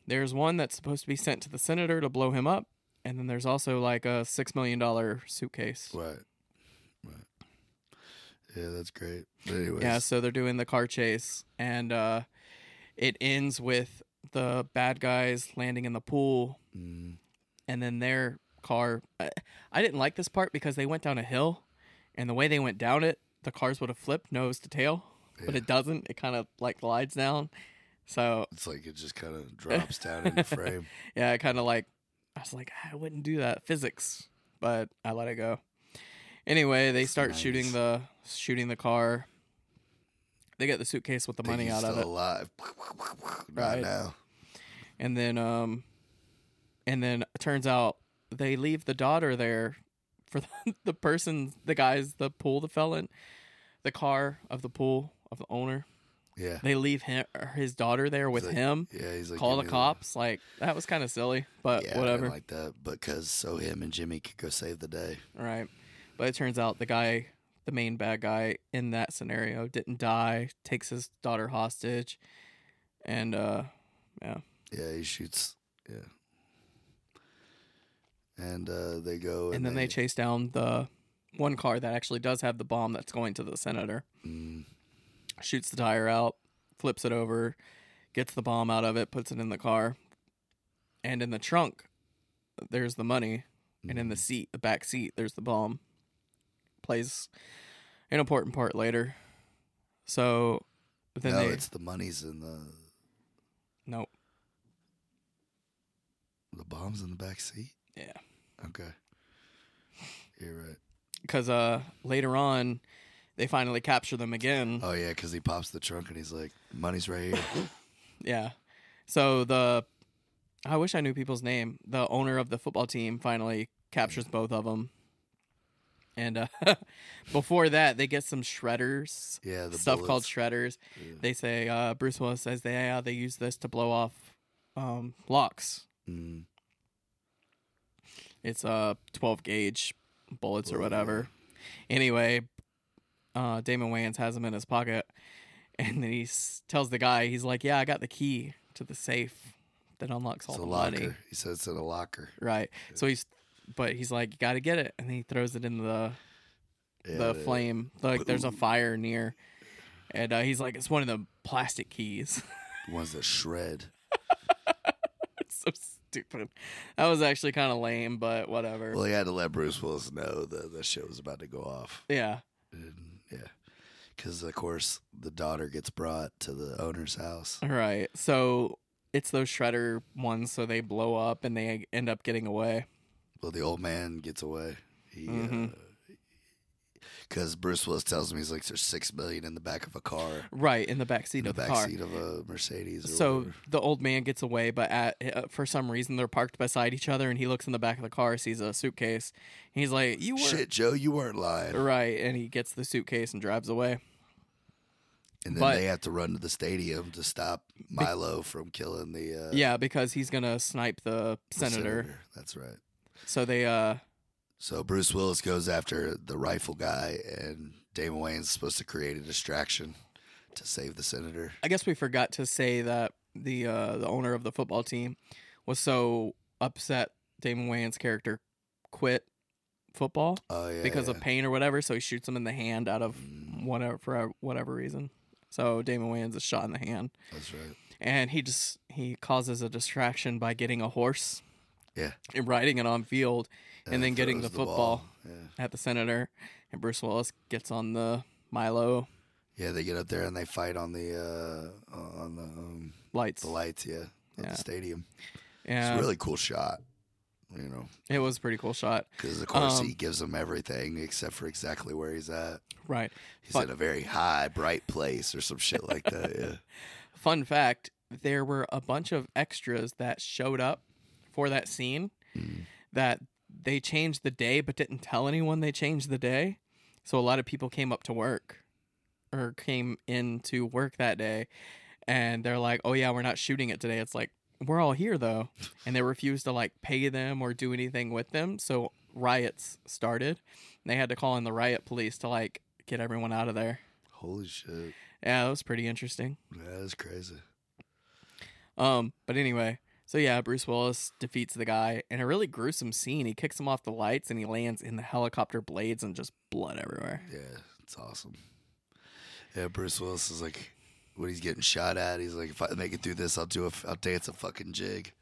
Speaker 1: There's one that's supposed to be sent to the senator to blow him up, and then there's also like a six million dollar suitcase.
Speaker 2: Right, right. Yeah, that's great. But anyways,
Speaker 1: Yeah, so they're doing the car chase, and uh, it ends with the bad guys landing in the pool,
Speaker 2: mm,
Speaker 1: and then their car. I, I didn't like this part because they went down a hill, and the way they went down it, the cars would have flipped nose to tail, but
Speaker 2: yeah.
Speaker 1: it doesn't. It kind of like glides down. So
Speaker 2: it's like it
Speaker 1: *laughs*
Speaker 2: just kind of drops down in the frame.
Speaker 1: Yeah, I kind of like, I was like, I wouldn't do that physics, but I let it go. Anyway, they
Speaker 2: It's the
Speaker 1: start
Speaker 2: 90s.
Speaker 1: shooting the shooting the car. They get the suitcase with the
Speaker 2: Think
Speaker 1: money
Speaker 2: he's
Speaker 1: out of
Speaker 2: still
Speaker 1: it,
Speaker 2: Alive. *laughs* Not
Speaker 1: Right.
Speaker 2: now.
Speaker 1: and then um, and then it turns out they leave the daughter there for *laughs* the, the person, the guys, the pool, the felon, the car of the pool of the owner.
Speaker 2: Yeah.
Speaker 1: They leave him, his daughter there with
Speaker 2: like,
Speaker 1: him.
Speaker 2: Yeah, he's like
Speaker 1: Call
Speaker 2: give
Speaker 1: the
Speaker 2: me
Speaker 1: cops. Like that was kind of silly, but
Speaker 2: Yeah, I didn't
Speaker 1: Uh, whatever.
Speaker 2: like that, because so him and Jimmy could go save the day.
Speaker 1: Right. But it turns out the guy, the main bad guy in that scenario, didn't die, takes his daughter hostage. And uh
Speaker 2: Yeah, he shoots. Yeah, and uh, they go,
Speaker 1: and then they chase down the one car that actually does have the bomb that's going to the senator.
Speaker 2: Mm,
Speaker 1: shoots the tire out, flips it over, gets the bomb out of it, puts it in the car, and in the trunk, there's the money, and
Speaker 2: Mm.
Speaker 1: in the seat, the back seat, there's the bomb. Plays an important part later. So then
Speaker 2: no,
Speaker 1: they
Speaker 2: it's the money's in the
Speaker 1: nope.
Speaker 2: the bombs in the back seat.
Speaker 1: Yeah.
Speaker 2: Okay. You're right.
Speaker 1: because uh, later on they finally capture them again.
Speaker 2: Oh yeah, because he pops the trunk and he's like, "Money's right here."
Speaker 1: *laughs* Yeah. So the I wish I knew people's name. The owner of the football team finally captures both of them. And uh, *laughs* before that, they get some shredders
Speaker 2: Yeah, the
Speaker 1: stuff called
Speaker 2: bullets.
Speaker 1: shredders.
Speaker 2: Yeah.
Speaker 1: They say uh, Bruce Willis says they uh, they use this to blow off um, locks.
Speaker 2: Mm.
Speaker 1: It's uh 12 gauge bullets or
Speaker 2: Bullet, yeah.
Speaker 1: whatever. Anyway, uh Damon Wayans has them in his pocket *laughs* and then he s- tells the guy he's like, "Yeah, I got the key to the safe that unlocks all
Speaker 2: It's a
Speaker 1: the
Speaker 2: locker.
Speaker 1: money."
Speaker 2: He says it's in a locker.
Speaker 1: Right. So he's but he's like, "You got to get it." And he throws it in the
Speaker 2: Yeah,
Speaker 1: the
Speaker 2: yeah.
Speaker 1: flame. Like there's a fire near. And uh, he's like, "It's one of the plastic keys." *laughs*
Speaker 2: The ones that shred.
Speaker 1: it's so stupid. That was actually kind of lame, but whatever.
Speaker 2: Well, he had to let Bruce Willis know that that shit was about to go off.
Speaker 1: yeah.
Speaker 2: And, yeah, because of course the daughter gets brought to the owner's house.
Speaker 1: All right. So it's those shredder ones, so they blow up and they end up getting away.
Speaker 2: Well, the old man gets away. He,
Speaker 1: Mhm. Mm-hmm.
Speaker 2: because Bruce Willis tells him he's like, "There's six million in the back of a car,
Speaker 1: Right in the back
Speaker 2: in
Speaker 1: seat
Speaker 2: the
Speaker 1: of the
Speaker 2: back
Speaker 1: car.
Speaker 2: seat of a Mercedes." Or
Speaker 1: So
Speaker 2: whatever.
Speaker 1: the old man gets away, but at, uh, for some reason they're parked beside each other, and he looks in the back of the car, sees a suitcase. And he's like, "You were
Speaker 2: shit, Joe, you weren't lying.
Speaker 1: right," and he gets the suitcase and drives away.
Speaker 2: And then
Speaker 1: But-
Speaker 2: they have to run to the stadium to stop Milo from killing the uh,
Speaker 1: yeah, because he's gonna snipe the
Speaker 2: the
Speaker 1: senator.
Speaker 2: That's right.
Speaker 1: So they uh
Speaker 2: So Bruce Willis goes after the rifle guy, and Damon Wayans is supposed to create a distraction to save the senator.
Speaker 1: I guess we forgot to say that the uh, the owner of the football team was so upset Damon Wayans' character quit football
Speaker 2: Oh yeah,
Speaker 1: because
Speaker 2: yeah.
Speaker 1: of pain or whatever, so he shoots him in the hand out of
Speaker 2: Mm,
Speaker 1: whatever for whatever reason. So Damon Wayans is shot in the hand,
Speaker 2: that's right.
Speaker 1: and he just he causes a distraction by getting a horse,
Speaker 2: Yeah.
Speaker 1: and riding it on field And then getting
Speaker 2: throws
Speaker 1: the football.
Speaker 2: ball. Yeah.
Speaker 1: at the senator, and Bruce Willis gets on the Milo
Speaker 2: yeah, they get up there and they fight on the uh, on the um,
Speaker 1: lights.
Speaker 2: the lights. Yeah, at
Speaker 1: Yeah.
Speaker 2: the stadium. It's
Speaker 1: Yeah,
Speaker 2: a really cool shot. You know,
Speaker 1: it was a pretty cool shot,
Speaker 2: because of course
Speaker 1: Um,
Speaker 2: he gives them everything except for exactly where he's at.
Speaker 1: right?
Speaker 2: He's
Speaker 1: Fuck.
Speaker 2: in a very high, bright place or some shit like that. Yeah.
Speaker 1: *laughs* Fun fact there were a bunch of extras that showed up for that scene
Speaker 2: Mm.
Speaker 1: that they changed the day but didn't tell anyone they changed the day. So a lot of people came up to work or came in to work that day and they're like, oh yeah, we're not shooting it today. It's like, we're all here though. And they refused to like pay them or do anything with them. So riots started. And they had to call in the riot police to like get everyone out of there.
Speaker 2: Holy shit,
Speaker 1: Yeah, that was pretty interesting.
Speaker 2: that is crazy.
Speaker 1: Um, but anyway, so yeah, Bruce Willis defeats the guy in a really gruesome scene. He kicks him off the lights and he lands in the helicopter blades and just blood everywhere.
Speaker 2: Yeah, it's awesome. Yeah, Bruce Willis is like, when he's getting shot at, he's like, if I make it through this, I'll do a, I'll dance a fucking jig,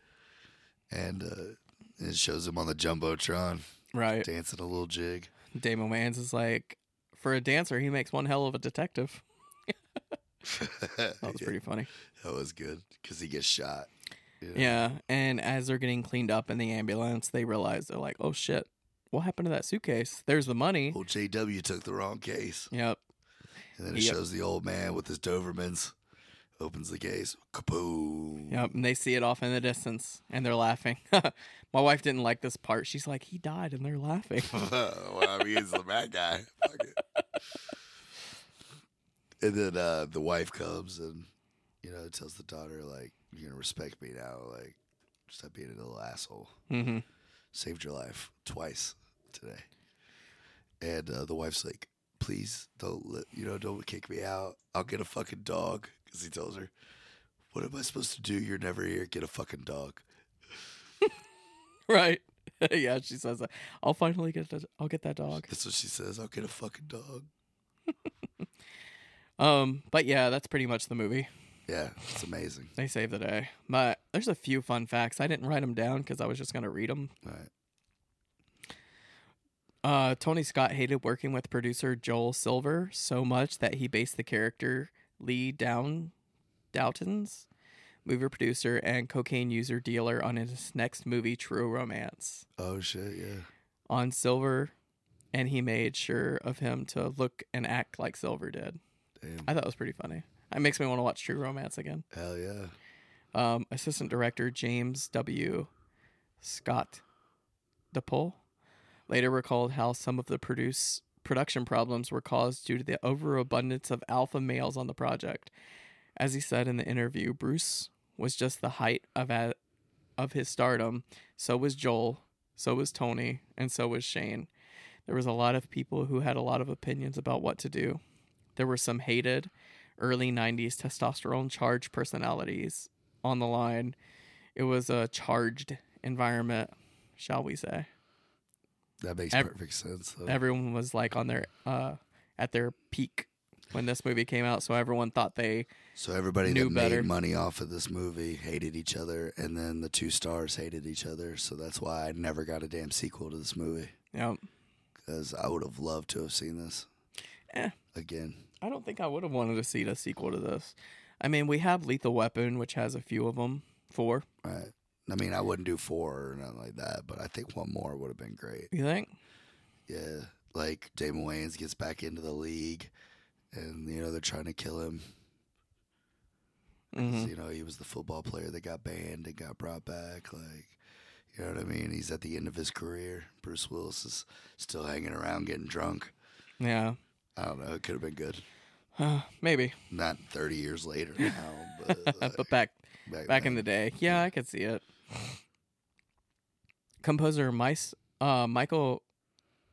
Speaker 2: and uh, it shows him on the jumbotron
Speaker 1: Right.
Speaker 2: dancing a little jig.
Speaker 1: Damon Wayans is like, for a dancer, he makes one hell of a detective.
Speaker 2: that *laughs*
Speaker 1: That was pretty funny.
Speaker 2: That was good because he gets shot.
Speaker 1: Yeah. And as they're getting cleaned up in the ambulance, they realize they're like, oh shit, what happened to that suitcase? There's the money.
Speaker 2: Well, JW took the wrong case,
Speaker 1: Yep.
Speaker 2: and then it
Speaker 1: Yep.
Speaker 2: shows the old man with his Dobermans, opens the case, kaboom.
Speaker 1: Yep. And they see it off in the distance and they're laughing. *laughs* My wife didn't like this part. She's like, he died and they're laughing.
Speaker 2: *laughs* well, I mean, he's the bad guy. Fuck it. And then uh, the wife comes and, you know, tells the daughter, like, you're going to respect me now. Like, stop being a little asshole.
Speaker 1: hmm
Speaker 2: Saved your life twice today. And uh, the wife's like, please don't, let, you know, don't kick me out. I'll get a fucking dog. Because he tells her, what am I supposed to do? You're never here. Get a fucking dog.
Speaker 1: *laughs* Right. yeah, she says that. I'll finally get that. I'll get that dog.
Speaker 2: That's what she says. I'll get a fucking dog.
Speaker 1: Um, but yeah, that's pretty much the movie.
Speaker 2: Yeah, it's amazing.
Speaker 1: They save the day. But there's a few fun facts. I didn't write them down because I was just gonna read them.
Speaker 2: All right.
Speaker 1: Uh, Tony Scott hated working with producer Joel Silver so much that he based the character Lee Down Downton's movie producer and cocaine user dealer on his next movie, True Romance,
Speaker 2: Oh shit, yeah.
Speaker 1: on Silver, and he made sure of him to look and act like Silver did.
Speaker 2: Damn.
Speaker 1: I thought it was pretty funny. It makes me want to watch True Romance again.
Speaker 2: Hell yeah.
Speaker 1: um, assistant director James W. Scott DePole later recalled how some of the produce production problems were caused due to the overabundance of alpha males on the project. As he said in the interview, Bruce was just the height of a, of his stardom. So was Joel, so was Tony, and so was Shane. There was a lot of people who had a lot of opinions about what to do. There were some hated early 90s testosterone charged personalities on the line. It was a charged environment, shall we say.
Speaker 2: That makes
Speaker 1: Ev-
Speaker 2: perfect sense. Though.
Speaker 1: Everyone was like on their uh at their peak when this movie came out, so everyone thought they
Speaker 2: so everybody
Speaker 1: knew
Speaker 2: that
Speaker 1: better.
Speaker 2: made money off of this movie hated each other, and then the two stars hated each other. So that's why I never got a damn sequel to this movie
Speaker 1: you know,
Speaker 2: because I would have loved to have seen this
Speaker 1: Eh.
Speaker 2: again.
Speaker 1: I don't think I would have wanted to see the sequel to this. I mean, we have Lethal Weapon, which has a few of them, four.
Speaker 2: Right. I mean, I wouldn't do four or nothing like that, but I think one more would have been great.
Speaker 1: You think?
Speaker 2: Yeah, like Damon Wayans gets back into the league, and you know they're trying to kill him. 'Cause,
Speaker 1: hmm
Speaker 2: You know he was the football player that got banned and got brought back. Like, you know what I mean? He's at the end of his career. Bruce Willis is still hanging around getting drunk.
Speaker 1: Yeah, *sighs*
Speaker 2: I don't know. It could have been good.
Speaker 1: uh, maybe. Uh,
Speaker 2: Not thirty years
Speaker 1: *laughs*
Speaker 2: later now, but, like,
Speaker 1: but back
Speaker 2: back,
Speaker 1: back in
Speaker 2: then.
Speaker 1: the day. Yeah, I could see it. Composer Mice, uh, Michael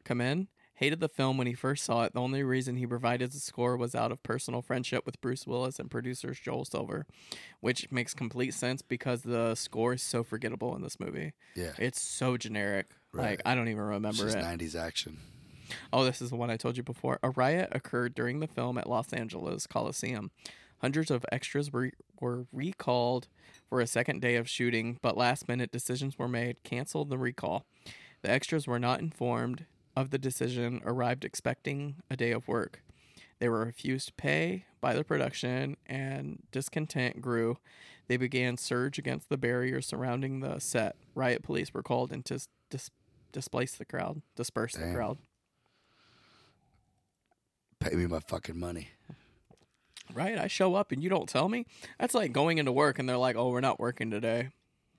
Speaker 1: Kamen hated the film when he first saw it. The only reason he provided the score was out of personal friendship with Bruce Willis and producers Joel Silver, which makes complete sense because the score is so forgettable in this movie.
Speaker 2: yeah,
Speaker 1: It's so generic.
Speaker 2: Right.
Speaker 1: Like I don't even
Speaker 2: it's
Speaker 1: remember
Speaker 2: just
Speaker 1: it.
Speaker 2: nineties action.
Speaker 1: Oh, this is the one I told you before. A riot occurred during the film at Los Angeles Coliseum. Hundreds of extras were, were recalled for a second day of shooting, but last minute decisions were made, canceled the recall. The extras were not informed of the decision, arrived expecting a day of work. They were refused pay by the production, and discontent grew. They began surge against the barriers surrounding the set. Riot police were called and dis- dis- displaced the crowd, dispersed
Speaker 2: Damn.
Speaker 1: the crowd.
Speaker 2: Pay me my fucking money.
Speaker 1: Right? I show up and you don't tell me? That's like going into work and they're like, oh, we're not working today.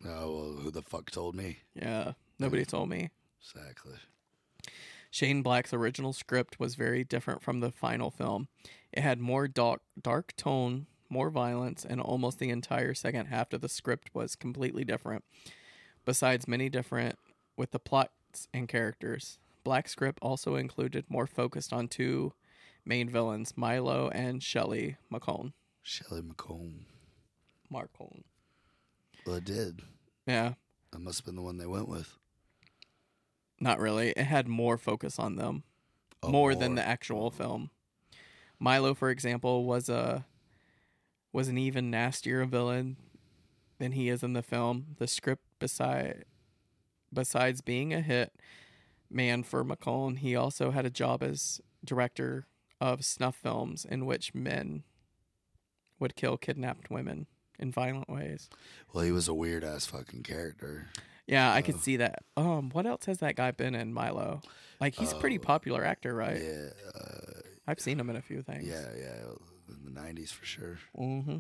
Speaker 2: Oh well, who the fuck told me?
Speaker 1: Yeah. Nobody told me.
Speaker 2: Exactly.
Speaker 1: Shane Black's original script was very different from the final film. It had more dark, dark tone, more violence, and almost the entire second half of the script was completely different. Besides many different with the plots and characters, Black's script also included more focused on two main villains, Milo and Shelley McCone.
Speaker 2: Shelley McComb.
Speaker 1: Marcone.
Speaker 2: Well, it did.
Speaker 1: Yeah.
Speaker 2: That must have been the one they went with.
Speaker 1: Not really. It had more focus on them,
Speaker 2: Oh,
Speaker 1: more, than the actual film. Milo, for example, was a was an even nastier villain than he is in the film. The script beside besides being a hit man for McCone, he also had a job as director of snuff films in which men would kill kidnapped women in violent ways.
Speaker 2: Well, he was a weird ass fucking character.
Speaker 1: Yeah, I could
Speaker 2: Oh.
Speaker 1: see that. Um, what else has that guy been in, Milo? Like he's a pretty
Speaker 2: Oh,
Speaker 1: popular actor, right?
Speaker 2: Yeah, uh,
Speaker 1: I've seen him in a few things.
Speaker 2: yeah, yeah. In the '90s for sure.
Speaker 1: Mm-hmm.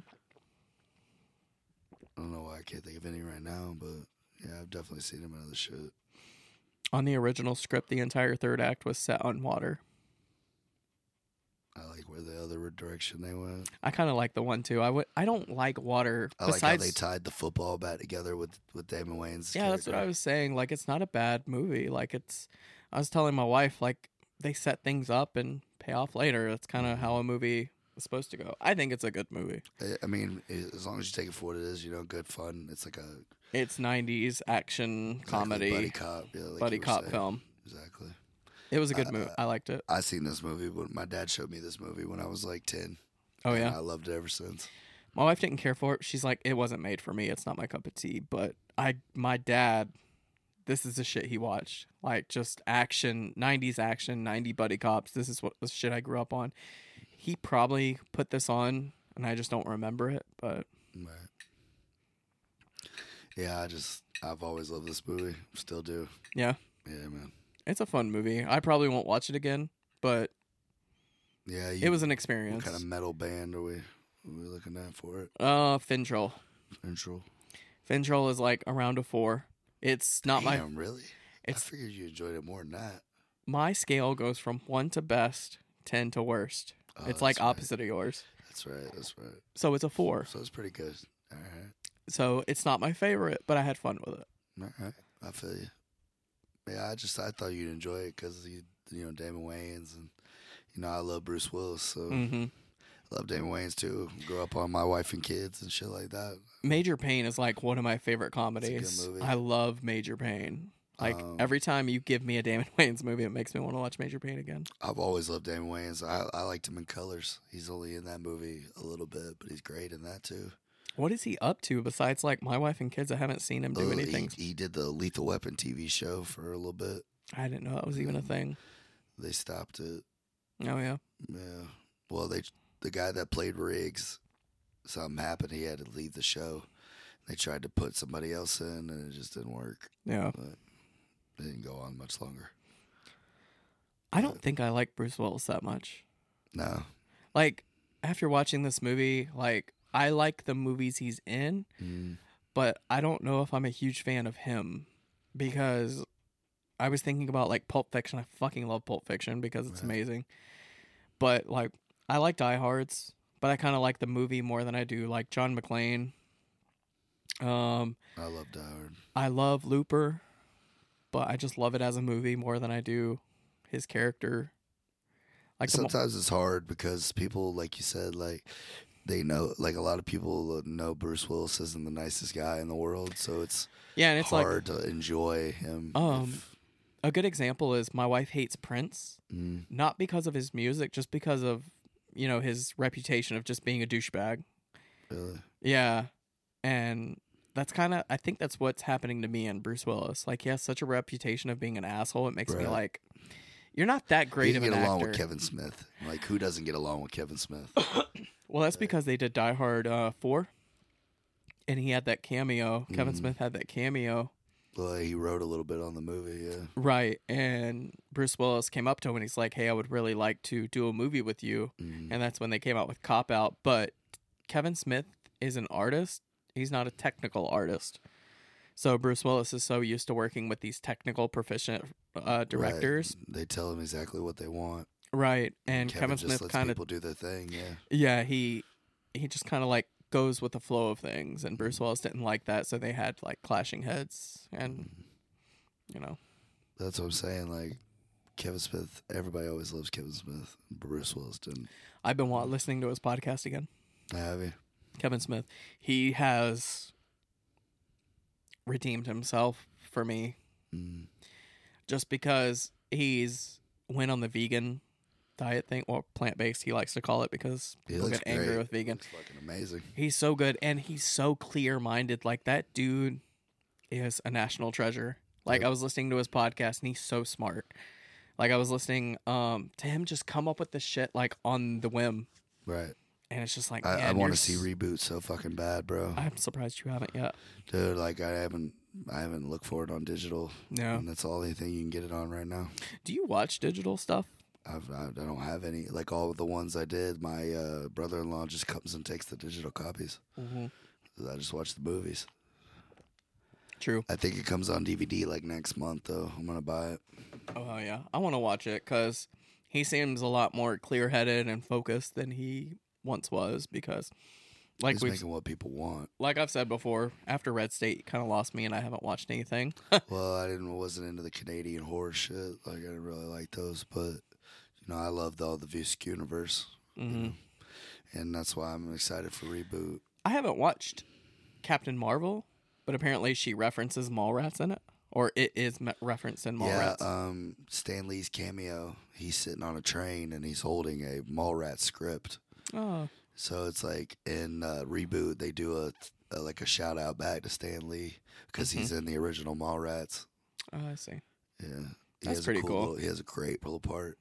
Speaker 2: I don't know why I can't think of any right now, but yeah, I've definitely seen him in other shit.
Speaker 1: On the original script, the entire third act was set on water.
Speaker 2: I like where the other direction they went.
Speaker 1: I kind of like the one too. I would. I don't like water.
Speaker 2: I
Speaker 1: besides,
Speaker 2: like how they tied the football bat together with with Damon Wayans.
Speaker 1: yeah, that's what I was saying. Like it's not a bad movie. Like it's. I was telling my wife like they set things up and pay off later. That's kind of how a movie is supposed to go. I think it's a good movie.
Speaker 2: I- I mean, i- as long as you take it for what it is, you know, good fun. It's like a exactly,
Speaker 1: It's '90s action comedy
Speaker 2: buddy
Speaker 1: buddy,
Speaker 2: cop, yeah, like you were
Speaker 1: cop
Speaker 2: saying.
Speaker 1: film.
Speaker 2: Exactly.
Speaker 1: It was a good
Speaker 2: Uh,
Speaker 1: movie. I liked it.
Speaker 2: I seen this movie when my dad showed me this movie when I was like ten.
Speaker 1: Oh
Speaker 2: and
Speaker 1: yeah.
Speaker 2: I loved it ever since.
Speaker 1: My wife didn't care for it. She's like, it wasn't made for me. It's not my cup of tea. But I, my dad, this is the shit he watched. Like just action, '90s action, '90 buddy cops. This is what the shit I grew up on. He probably put this on, and I just don't remember it. But
Speaker 2: Right. Yeah, I just I've always loved this movie. Still do.
Speaker 1: Yeah.
Speaker 2: Yeah, man.
Speaker 1: it's a fun movie. I probably won't watch it again, but
Speaker 2: Yeah, you,
Speaker 1: it was an
Speaker 2: what
Speaker 1: experience.
Speaker 2: kind of metal band are we are we looking at for it?
Speaker 1: Uh, Fintroll.
Speaker 2: Intro.
Speaker 1: Fintroll is like around a four. It's not my
Speaker 2: Damn, really. I
Speaker 1: it's
Speaker 2: figured you enjoyed it more than that.
Speaker 1: my scale goes from one to best, ten to worst.
Speaker 2: Oh,
Speaker 1: it's like
Speaker 2: that's right.
Speaker 1: opposite of yours.
Speaker 2: That's right. That's right.
Speaker 1: So it's a four.
Speaker 2: So it's pretty good. All right.
Speaker 1: So it's not my favorite, but I had fun with it.
Speaker 2: All right. I feel you. Yeah, I just I thought you'd enjoy it because you you know Damon Wayans and you know I love Bruce Willis, so
Speaker 1: hmm
Speaker 2: I love Damon Wayans too. Grew up on my wife and kids and shit like that.
Speaker 1: Major Pain is like one of my favorite
Speaker 2: good
Speaker 1: comedies.
Speaker 2: movie.
Speaker 1: I love Major Pain. Like
Speaker 2: Um,
Speaker 1: every time you give me a Damon *laughs* Wayans movie, it makes me want to watch Major Pain again.
Speaker 2: I've always loved Damon Wayans. I, I liked him in Colors. He's only in that movie a little bit, but he's great in that too.
Speaker 1: What is he up to besides like My Wife and Kids? I haven't seen him do
Speaker 2: Uh,
Speaker 1: anything.
Speaker 2: He, he did the Lethal Weapon TV show for a little bit.
Speaker 1: I didn't know that was even a thing.
Speaker 2: They stopped it.
Speaker 1: Oh yeah.
Speaker 2: Yeah. Well, they the guy that played Riggs, something happened. He had to leave the show. They tried to put somebody else in, and it just didn't work.
Speaker 1: Yeah.
Speaker 2: It didn't go on much longer.
Speaker 1: I don't think I like Bruce Willis that much.
Speaker 2: No.
Speaker 1: Like after watching this movie, like I like the movies he's in, but I don't know if I'm a huge fan of him because I was thinking about like Pulp Fiction. I fucking love Pulp Fiction because it's
Speaker 2: Right.
Speaker 1: amazing. But like I like Die Hard's, but I kind of like the movie more than I do like John McClane. Um
Speaker 2: I love Die Hard.
Speaker 1: I love Looper, but I just love it as a movie more than I do his character. Like the mo-
Speaker 2: Sometimes it's hard because people, like you said, like they know, like a lot of people know Bruce Willis isn't the nicest guy in the world, so it's,
Speaker 1: yeah, and it's like
Speaker 2: hard to enjoy him.
Speaker 1: Um,
Speaker 2: if-
Speaker 1: a good example is my wife hates Prince,
Speaker 2: Mm,
Speaker 1: not because of his music, just because of you know his reputation of just being a douchebag.
Speaker 2: really.
Speaker 1: Yeah, and that's kind of I think that's what's happening to me and Bruce Willis. Like he has such a reputation of being an asshole. It makes me
Speaker 2: Right.
Speaker 1: like, you're not that great
Speaker 2: you
Speaker 1: of
Speaker 2: can
Speaker 1: an
Speaker 2: get along
Speaker 1: actor.
Speaker 2: with Kevin Smith. Like who doesn't get along with Kevin Smith?
Speaker 1: Well, that's because they did Die Hard uh, four, and he had that cameo. Kevin
Speaker 2: Mhm.
Speaker 1: Smith had that cameo,
Speaker 2: Well, he wrote a little bit on the movie. Yeah.
Speaker 1: right? And Bruce Willis came up to him and he's like, "Hey, I would really like to do a movie with you."
Speaker 2: Mm.
Speaker 1: And that's when they came out with Cop Out. But Kevin Smith is an artist; he's not a technical artist. So Bruce Willis is so used to working with these technical proficient uh, directors,
Speaker 2: Right. They tell him exactly what they want.
Speaker 1: right? And Kevin,
Speaker 2: just
Speaker 1: Smith
Speaker 2: lets
Speaker 1: kind of
Speaker 2: people do their thing. Yeah.
Speaker 1: Yeah, he he just kind of like goes with the flow of things, and Bruce Willis didn't like that, so they had like clashing heads, and
Speaker 2: Mhm.
Speaker 1: you know,
Speaker 2: That's what I'm saying. Like Kevin Smith, everybody always loves Kevin Smith. Bruce Willis didn't.
Speaker 1: I've been wa- listening to his podcast again.
Speaker 2: Have you?
Speaker 1: Kevin Smith, he has redeemed himself for me
Speaker 2: Mm.
Speaker 1: just because he's went on the vegan diet thing or plant based. He likes to call it because
Speaker 2: He
Speaker 1: people
Speaker 2: looks
Speaker 1: get angry
Speaker 2: great.
Speaker 1: with vegan.
Speaker 2: Looks fucking amazing.
Speaker 1: He's so good and he's so clear minded. Like that dude is a national treasure. Like
Speaker 2: Yep.
Speaker 1: I was listening to his podcast and he's so smart. Like I was listening um to him just come up with this shit like on the whim.
Speaker 2: Right.
Speaker 1: And it's just like
Speaker 2: I, I
Speaker 1: man,
Speaker 2: want
Speaker 1: you're
Speaker 2: to see
Speaker 1: s-
Speaker 2: reboot so fucking bad, bro.
Speaker 1: I'm surprised you haven't yet.
Speaker 2: Dude, like I haven't, I haven't looked for it on digital,
Speaker 1: No.
Speaker 2: and that's the only thing you can get it on right now.
Speaker 1: Do you watch digital stuff?
Speaker 2: I've, I, I don't have any. Like all the ones I did, my uh, brother-in-law just comes and takes the digital copies.
Speaker 1: Mm-hmm.
Speaker 2: I just watch the movies.
Speaker 1: True.
Speaker 2: I think it comes on DVD like next month, though. I'm gonna buy it.
Speaker 1: Oh yeah, I want to watch it because he seems a lot more clear headed and focused than he once was. Because like
Speaker 2: He's
Speaker 1: we've
Speaker 2: making what people want.
Speaker 1: like I've said before, after Red State kind of lost me, and I haven't watched anything.
Speaker 2: well, I didn't wasn't into the Canadian horror shit. Like I didn't really like those, but you know I loved all the Visk universe, Mm-hmm.
Speaker 1: Mhm.
Speaker 2: and that's why I'm excited for reboot.
Speaker 1: I haven't watched Captain Marvel, but apparently she references Mallrats in it, or it is me- referenced in
Speaker 2: yeah,
Speaker 1: Mallrats.
Speaker 2: um, Stan Lee's cameo. He's sitting on a train and he's holding a Mallrat script.
Speaker 1: oh,
Speaker 2: So it's like in uh, reboot they do a, a like a shout out back to Stan Lee because he's
Speaker 1: Mm-hmm.
Speaker 2: in the original Mallrats.
Speaker 1: Oh, I see. *laughs*
Speaker 2: Yeah, he
Speaker 1: That's
Speaker 2: has a
Speaker 1: pretty cool.
Speaker 2: little- he has a great little part.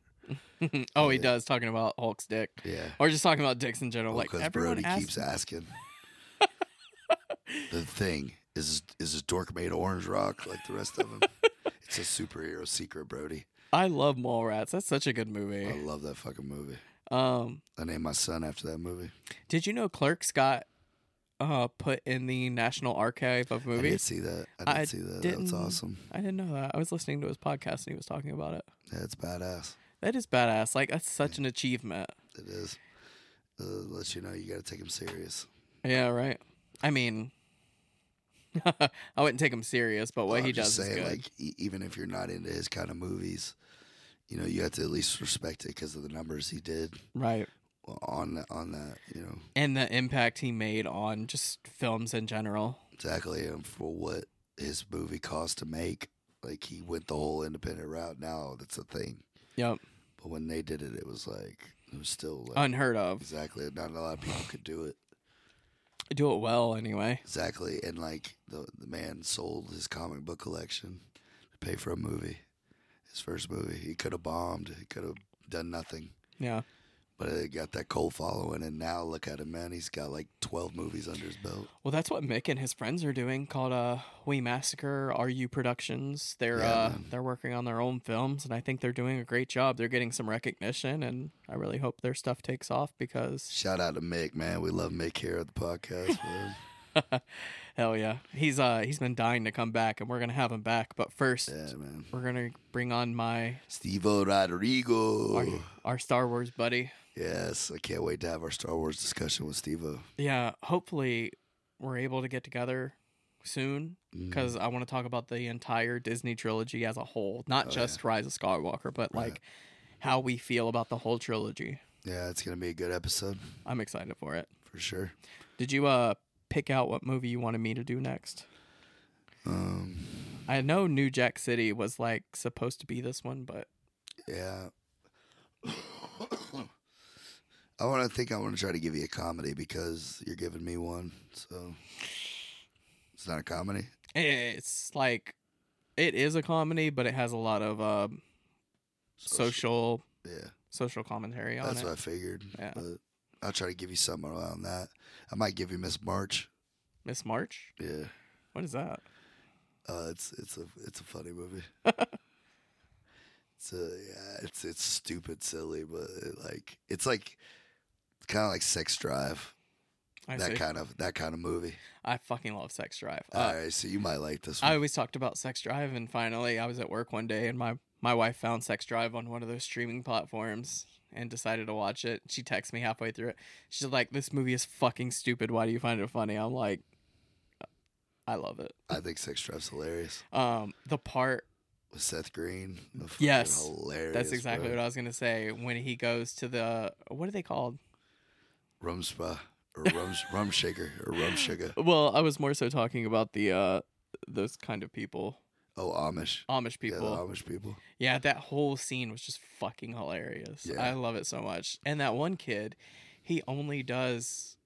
Speaker 1: oh, he
Speaker 2: Yeah.
Speaker 1: does talking about Hulk's dick,
Speaker 2: Yeah,
Speaker 1: or just talking about dicks in general.
Speaker 2: Well,
Speaker 1: like everyone
Speaker 2: Brody
Speaker 1: asks,
Speaker 2: keeps
Speaker 1: *laughs*
Speaker 2: asking. the thing is, is his dork made of orange rock like the rest of
Speaker 1: *laughs*
Speaker 2: them? it's a superhero secret, Brody.
Speaker 1: I love Mallrats. That's such a good
Speaker 2: I
Speaker 1: movie.
Speaker 2: love that fucking movie.
Speaker 1: Um,
Speaker 2: I named my son after that movie.
Speaker 1: did you know Clerks got uh put in the National Archive of
Speaker 2: I didn't
Speaker 1: Movies?
Speaker 2: see that. I
Speaker 1: I
Speaker 2: didn't see that. That was
Speaker 1: didn't-
Speaker 2: awesome.
Speaker 1: I didn't know that. I was listening to his podcast and he was talking about it.
Speaker 2: That's badass.
Speaker 1: That is badass. Like that's such an achievement.
Speaker 2: It is. Uh, lets you know you got to take him serious.
Speaker 1: Yeah, right. I mean, *laughs* I wouldn't take him serious, but what
Speaker 2: I'm
Speaker 1: he does
Speaker 2: just
Speaker 1: is
Speaker 2: saying,
Speaker 1: good.
Speaker 2: like, e- even if you're not into his kind of movies, you know, you have to at least respect it because of the numbers he did
Speaker 1: right.
Speaker 2: on that- on that. You know,
Speaker 1: And the impact he made on just films in general.
Speaker 2: exactly, and for what his movie cost to make. Like he went the whole independent route. Now that's a thing.
Speaker 1: Yep.
Speaker 2: But when they did it, it was like it was still like,
Speaker 1: Unheard of.
Speaker 2: exactly. Not a lot of people could do it.
Speaker 1: Do it well anyway.
Speaker 2: Exactly, and like the the man sold his comic book collection to pay for a movie. His first movie, he could have bombed, he could have done nothing,
Speaker 1: Yeah.
Speaker 2: but it got that cold following, and now look at him, man. He's got like twelve movies under his belt.
Speaker 1: Well, that's what Mick and his friends are doing, called uh, We Massacre RU Productions. They're
Speaker 2: Yeah,
Speaker 1: uh,
Speaker 2: man.
Speaker 1: they're working on their own films, and I think they're doing a great job. They're getting some recognition, and I really hope their stuff takes off because
Speaker 2: Shout out to Mick, man. We love Mick here at the podcast. man.
Speaker 1: hell yeah, he's uh he's been dying to come back, and we're gonna have him back. But first,
Speaker 2: yeah, man.
Speaker 1: we're gonna bring on my
Speaker 2: Steve Rodrigo.
Speaker 1: our, our Star Wars buddy.
Speaker 2: Yes, I can't wait to have our Star Wars discussion with Steve O.
Speaker 1: Yeah, hopefully we're able to get together soon
Speaker 2: Mm.
Speaker 1: because
Speaker 2: Mm-hmm.
Speaker 1: I want to talk about the entire Disney trilogy as a whole, not
Speaker 2: Oh,
Speaker 1: just Rise of Skywalker, but
Speaker 2: Right.
Speaker 1: like how we feel about the whole trilogy.
Speaker 2: Yeah, it's gonna be a good episode
Speaker 1: I'm excited for it.
Speaker 2: for sure.
Speaker 1: Did you uh pick out what movie you wanted me to do next?
Speaker 2: Um,
Speaker 1: I know New Jack City was like supposed to be this one, but
Speaker 2: Yeah. *coughs* I want to think I want to try to give you a comedy because you're giving me one. So it's not a comedy.
Speaker 1: it's like it is a comedy, but it has a lot of um, social
Speaker 2: Yeah,
Speaker 1: social commentary on
Speaker 2: that's
Speaker 1: it.
Speaker 2: what I figured.
Speaker 1: Yeah.
Speaker 2: But I'll try to give you something around that. I might give you Miss March.
Speaker 1: Miss March?
Speaker 2: Yeah.
Speaker 1: What is that?
Speaker 2: Uh, it's it's a it's a funny
Speaker 1: *laughs*
Speaker 2: movie. it's a yeah, it's it's stupid silly, but it, like it's like kind of like Sex Drive.
Speaker 1: I
Speaker 2: that
Speaker 1: see.
Speaker 2: kind of that kind of movie.
Speaker 1: I fucking love Sex Drive. Uh,
Speaker 2: All right, so you might like this one.
Speaker 1: I always talked about Sex Drive, and finally, I was at work one day, and my my wife found Sex Drive on one of those streaming platforms and decided to watch it. She texted me halfway through it. She's like, "This movie is fucking stupid. Why do you find it funny?" I'm like, "I love it."
Speaker 2: I think Sex Drive's hilarious
Speaker 1: Um, the part
Speaker 2: with Seth Green. the fucking
Speaker 1: Yes.
Speaker 2: hilarious.
Speaker 1: that's exactly what I was gonna say when he goes to the what are they called?
Speaker 2: I... Rum spa or
Speaker 1: *laughs*
Speaker 2: rum rum shaker or rum sugar.
Speaker 1: Well, I was more so talking about the uh those kind of people,
Speaker 2: Oh, Amish.
Speaker 1: Amish
Speaker 2: Yeah,
Speaker 1: people.
Speaker 2: the Amish people.
Speaker 1: Yeah, that whole scene was just fucking hilarious.
Speaker 2: Yeah.
Speaker 1: I love it so much. And that one kid, he only does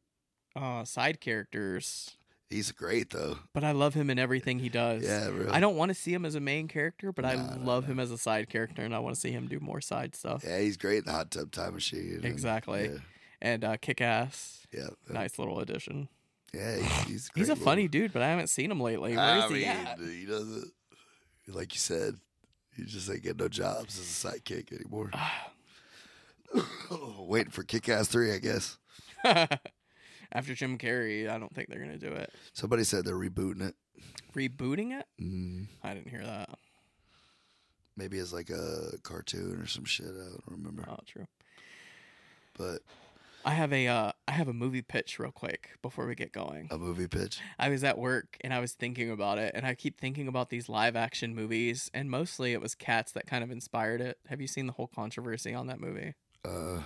Speaker 1: uh, side characters,
Speaker 2: He's great though.
Speaker 1: but I love him in everything he does.
Speaker 2: Yeah, really.
Speaker 1: I don't want to see him as a main character, but I
Speaker 2: No, no,
Speaker 1: love him as a side character, and I want to see him do more side stuff.
Speaker 2: Yeah, he's great in the hot tub time machine. and-
Speaker 1: Exactly. And uh, Kick Ass,
Speaker 2: Yeah. Yeah.
Speaker 1: nice little addition.
Speaker 2: Yeah, he's,
Speaker 1: *sighs*
Speaker 2: he's,
Speaker 1: He's
Speaker 2: great
Speaker 1: a
Speaker 2: little-
Speaker 1: funny dude, but I haven't seen him lately. Where is
Speaker 2: I
Speaker 1: he
Speaker 2: mean,
Speaker 1: at?
Speaker 2: He doesn't. Like you said, he just ain't getting no jobs as a sidekick anymore.
Speaker 1: Uh.
Speaker 2: *laughs* Waiting for Kick Ass Three, I guess.
Speaker 1: *sighs* After Jim Carrey, I don't think they're gonna do it.
Speaker 2: Somebody said they're rebooting it.
Speaker 1: Rebooting it?
Speaker 2: Mm.
Speaker 1: I didn't hear that.
Speaker 2: Maybe it's like a cartoon or some shit. I don't remember.
Speaker 1: Oh, true.
Speaker 2: But
Speaker 1: I have a uh, I have a movie pitch real quick before we get going.
Speaker 2: a movie pitch.
Speaker 1: I was at work and I was thinking about it, and I keep thinking about these live action movies, and mostly it was Cats that kind of inspired it. Have you seen the whole controversy on that movie?
Speaker 2: Uh,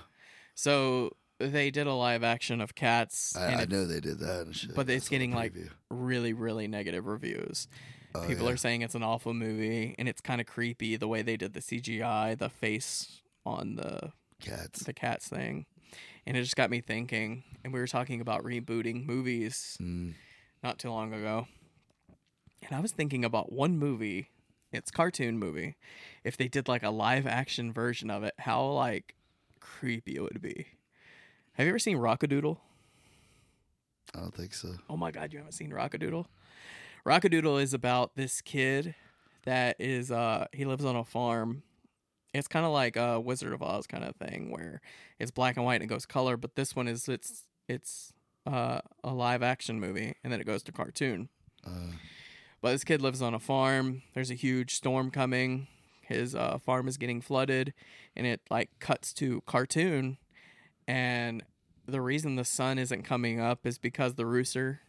Speaker 1: So they did a live action of Cats,
Speaker 2: I,
Speaker 1: and
Speaker 2: I
Speaker 1: it's
Speaker 2: know they did that and shit.
Speaker 1: but
Speaker 2: I
Speaker 1: it's
Speaker 2: saw the
Speaker 1: getting, like,
Speaker 2: preview.
Speaker 1: really really negative reviews.
Speaker 2: Oh,
Speaker 1: People
Speaker 2: yeah.
Speaker 1: are saying it's an awful movie, and it's kind of creepy the way they did the CGI, the face on the
Speaker 2: cats.
Speaker 1: the cats thing. and it just got me thinking. And we were talking about rebooting movies
Speaker 2: Mm,
Speaker 1: not too long ago. And I was thinking about one movie, it's a cartoon movie. If they did like a live action version of it, how like creepy it would be. Have you ever seen Rockadoodle?
Speaker 2: I don't think so.
Speaker 1: Oh my god, you haven't seen Rockadoodle? Rockadoodle is about this kid that is uh he lives on a farm. It's kind of like a Wizard of Oz kind of thing where it's black and white and it goes color, but this one is it's it's uh, a live action movie and then it goes to cartoon.
Speaker 2: Uh,
Speaker 1: But this kid lives on a farm. There's a huge storm coming. His uh, farm is getting flooded, and it like cuts to cartoon. And the reason the sun isn't coming up is because the rooster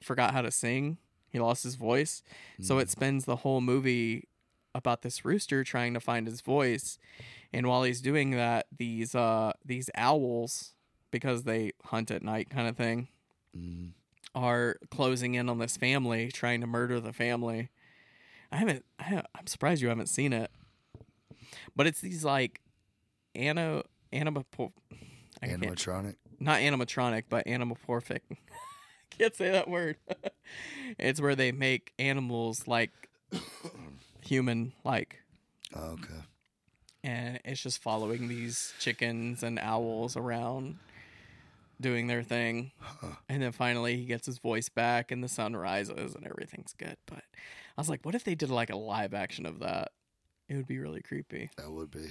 Speaker 1: forgot how to sing. He lost his voice,
Speaker 2: mm,
Speaker 1: so it spends the whole movie about this rooster trying to find his voice. And while he's doing that, these uh these owls, because they hunt at night, kind of thing,
Speaker 2: mm,
Speaker 1: are closing in on this family, trying to murder the family. I haven't. I ha- I'm surprised you haven't seen it. But it's these like, ano anima, I can't,
Speaker 2: animatronic.
Speaker 1: not animatronic, but anamorphic. *laughs* I can't say that word. *laughs* it's where they make animals like *coughs* human like,
Speaker 2: Oh, okay.
Speaker 1: and it's just following these chickens and owls around, doing their thing.
Speaker 2: Huh.
Speaker 1: And then finally, he gets his voice back, and the sun rises, and everything's good. But I was like, what if they did like a live action of that? It would be really creepy.
Speaker 2: That would be.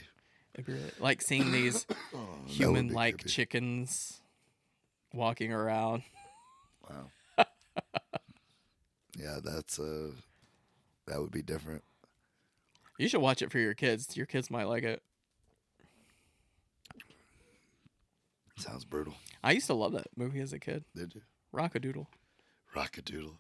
Speaker 1: It'd be really, like
Speaker 2: *coughs*
Speaker 1: seeing these
Speaker 2: Oh, that would
Speaker 1: human
Speaker 2: be
Speaker 1: like
Speaker 2: creepy.
Speaker 1: chickens walking around.
Speaker 2: Wow. *laughs* yeah, that's uh, that would be different.
Speaker 1: You should watch it for your kids. Your kids might like it.
Speaker 2: Sounds brutal.
Speaker 1: I used to love that movie as a kid.
Speaker 2: Did you?
Speaker 1: Rockadoodle.
Speaker 2: Rockadoodle.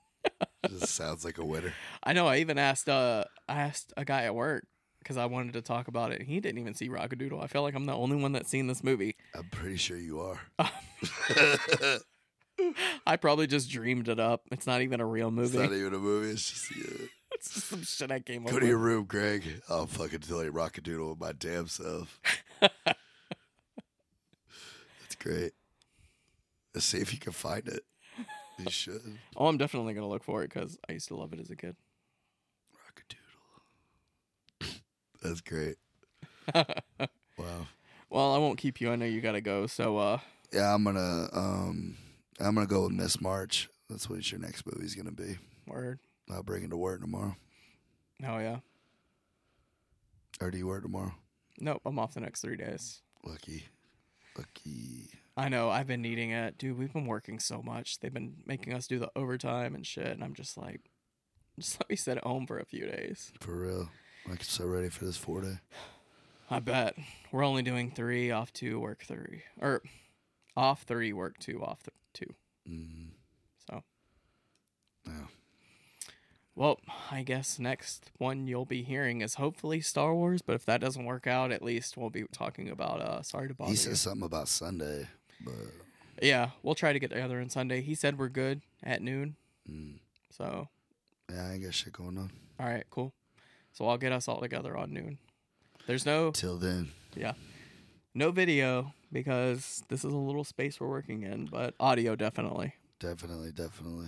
Speaker 2: *laughs* Just sounds like a winner.
Speaker 1: I know. I even asked uh, I asked a guy at work because I wanted to talk about it. He didn't even see Rockadoodle. I feel like I'm the only one that's seen this movie.
Speaker 2: I'm pretty sure you are.
Speaker 1: *laughs*
Speaker 2: *laughs*
Speaker 1: I probably just dreamed it up. It's not even a real
Speaker 2: it's
Speaker 1: movie.
Speaker 2: not even a movie. It's just yeah.
Speaker 1: *laughs* It's just some shit I came up
Speaker 2: go to your
Speaker 1: with.
Speaker 2: room, Greg. I'll fucking tell you rockadoodle with my damn self. That's great. Let's see if you can find it. You should.
Speaker 1: Oh, I'm definitely gonna look for it because I used to love it as a kid.
Speaker 2: Rockadoodle. *laughs* That's great. Wow.
Speaker 1: well, I won't keep you. I know you gotta go. So, uh,
Speaker 2: Yeah, I'm gonna um I'm gonna go with Miss March. That's what your next movie's gonna be.
Speaker 1: word.
Speaker 2: I'll bring it to work tomorrow.
Speaker 1: Oh yeah.
Speaker 2: Or do you work tomorrow?
Speaker 1: Nope. I'm off the next three days.
Speaker 2: Lucky. Lucky.
Speaker 1: I know. I've been needing it, dude. We've been working so much. They've been making us do the overtime and shit. And I'm just like, just let me sit at home for a few days.
Speaker 2: For real. Like so ready for this four day.
Speaker 1: I bet we're only doing three off two, work three, or off three, work two, off th- two.
Speaker 2: Mm.
Speaker 1: So,
Speaker 2: Yeah.
Speaker 1: Well, I guess next one you'll be hearing is hopefully Star Wars, but if that doesn't work out, at least we'll be talking about uh sorry to bother.
Speaker 2: He
Speaker 1: You.
Speaker 2: said something about Sunday, but
Speaker 1: yeah, we'll try to get together on Sunday. He said we're good at noon.
Speaker 2: mm,
Speaker 1: So,
Speaker 2: yeah, I ain't got shit going on.
Speaker 1: all right, cool. So I'll get us all together on noon. There's no
Speaker 2: Till then,
Speaker 1: no video because this is a little space we're working in, but audio definitely.
Speaker 2: definitely, definitely.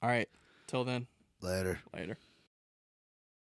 Speaker 1: All right. Till then,
Speaker 2: Later.
Speaker 1: later.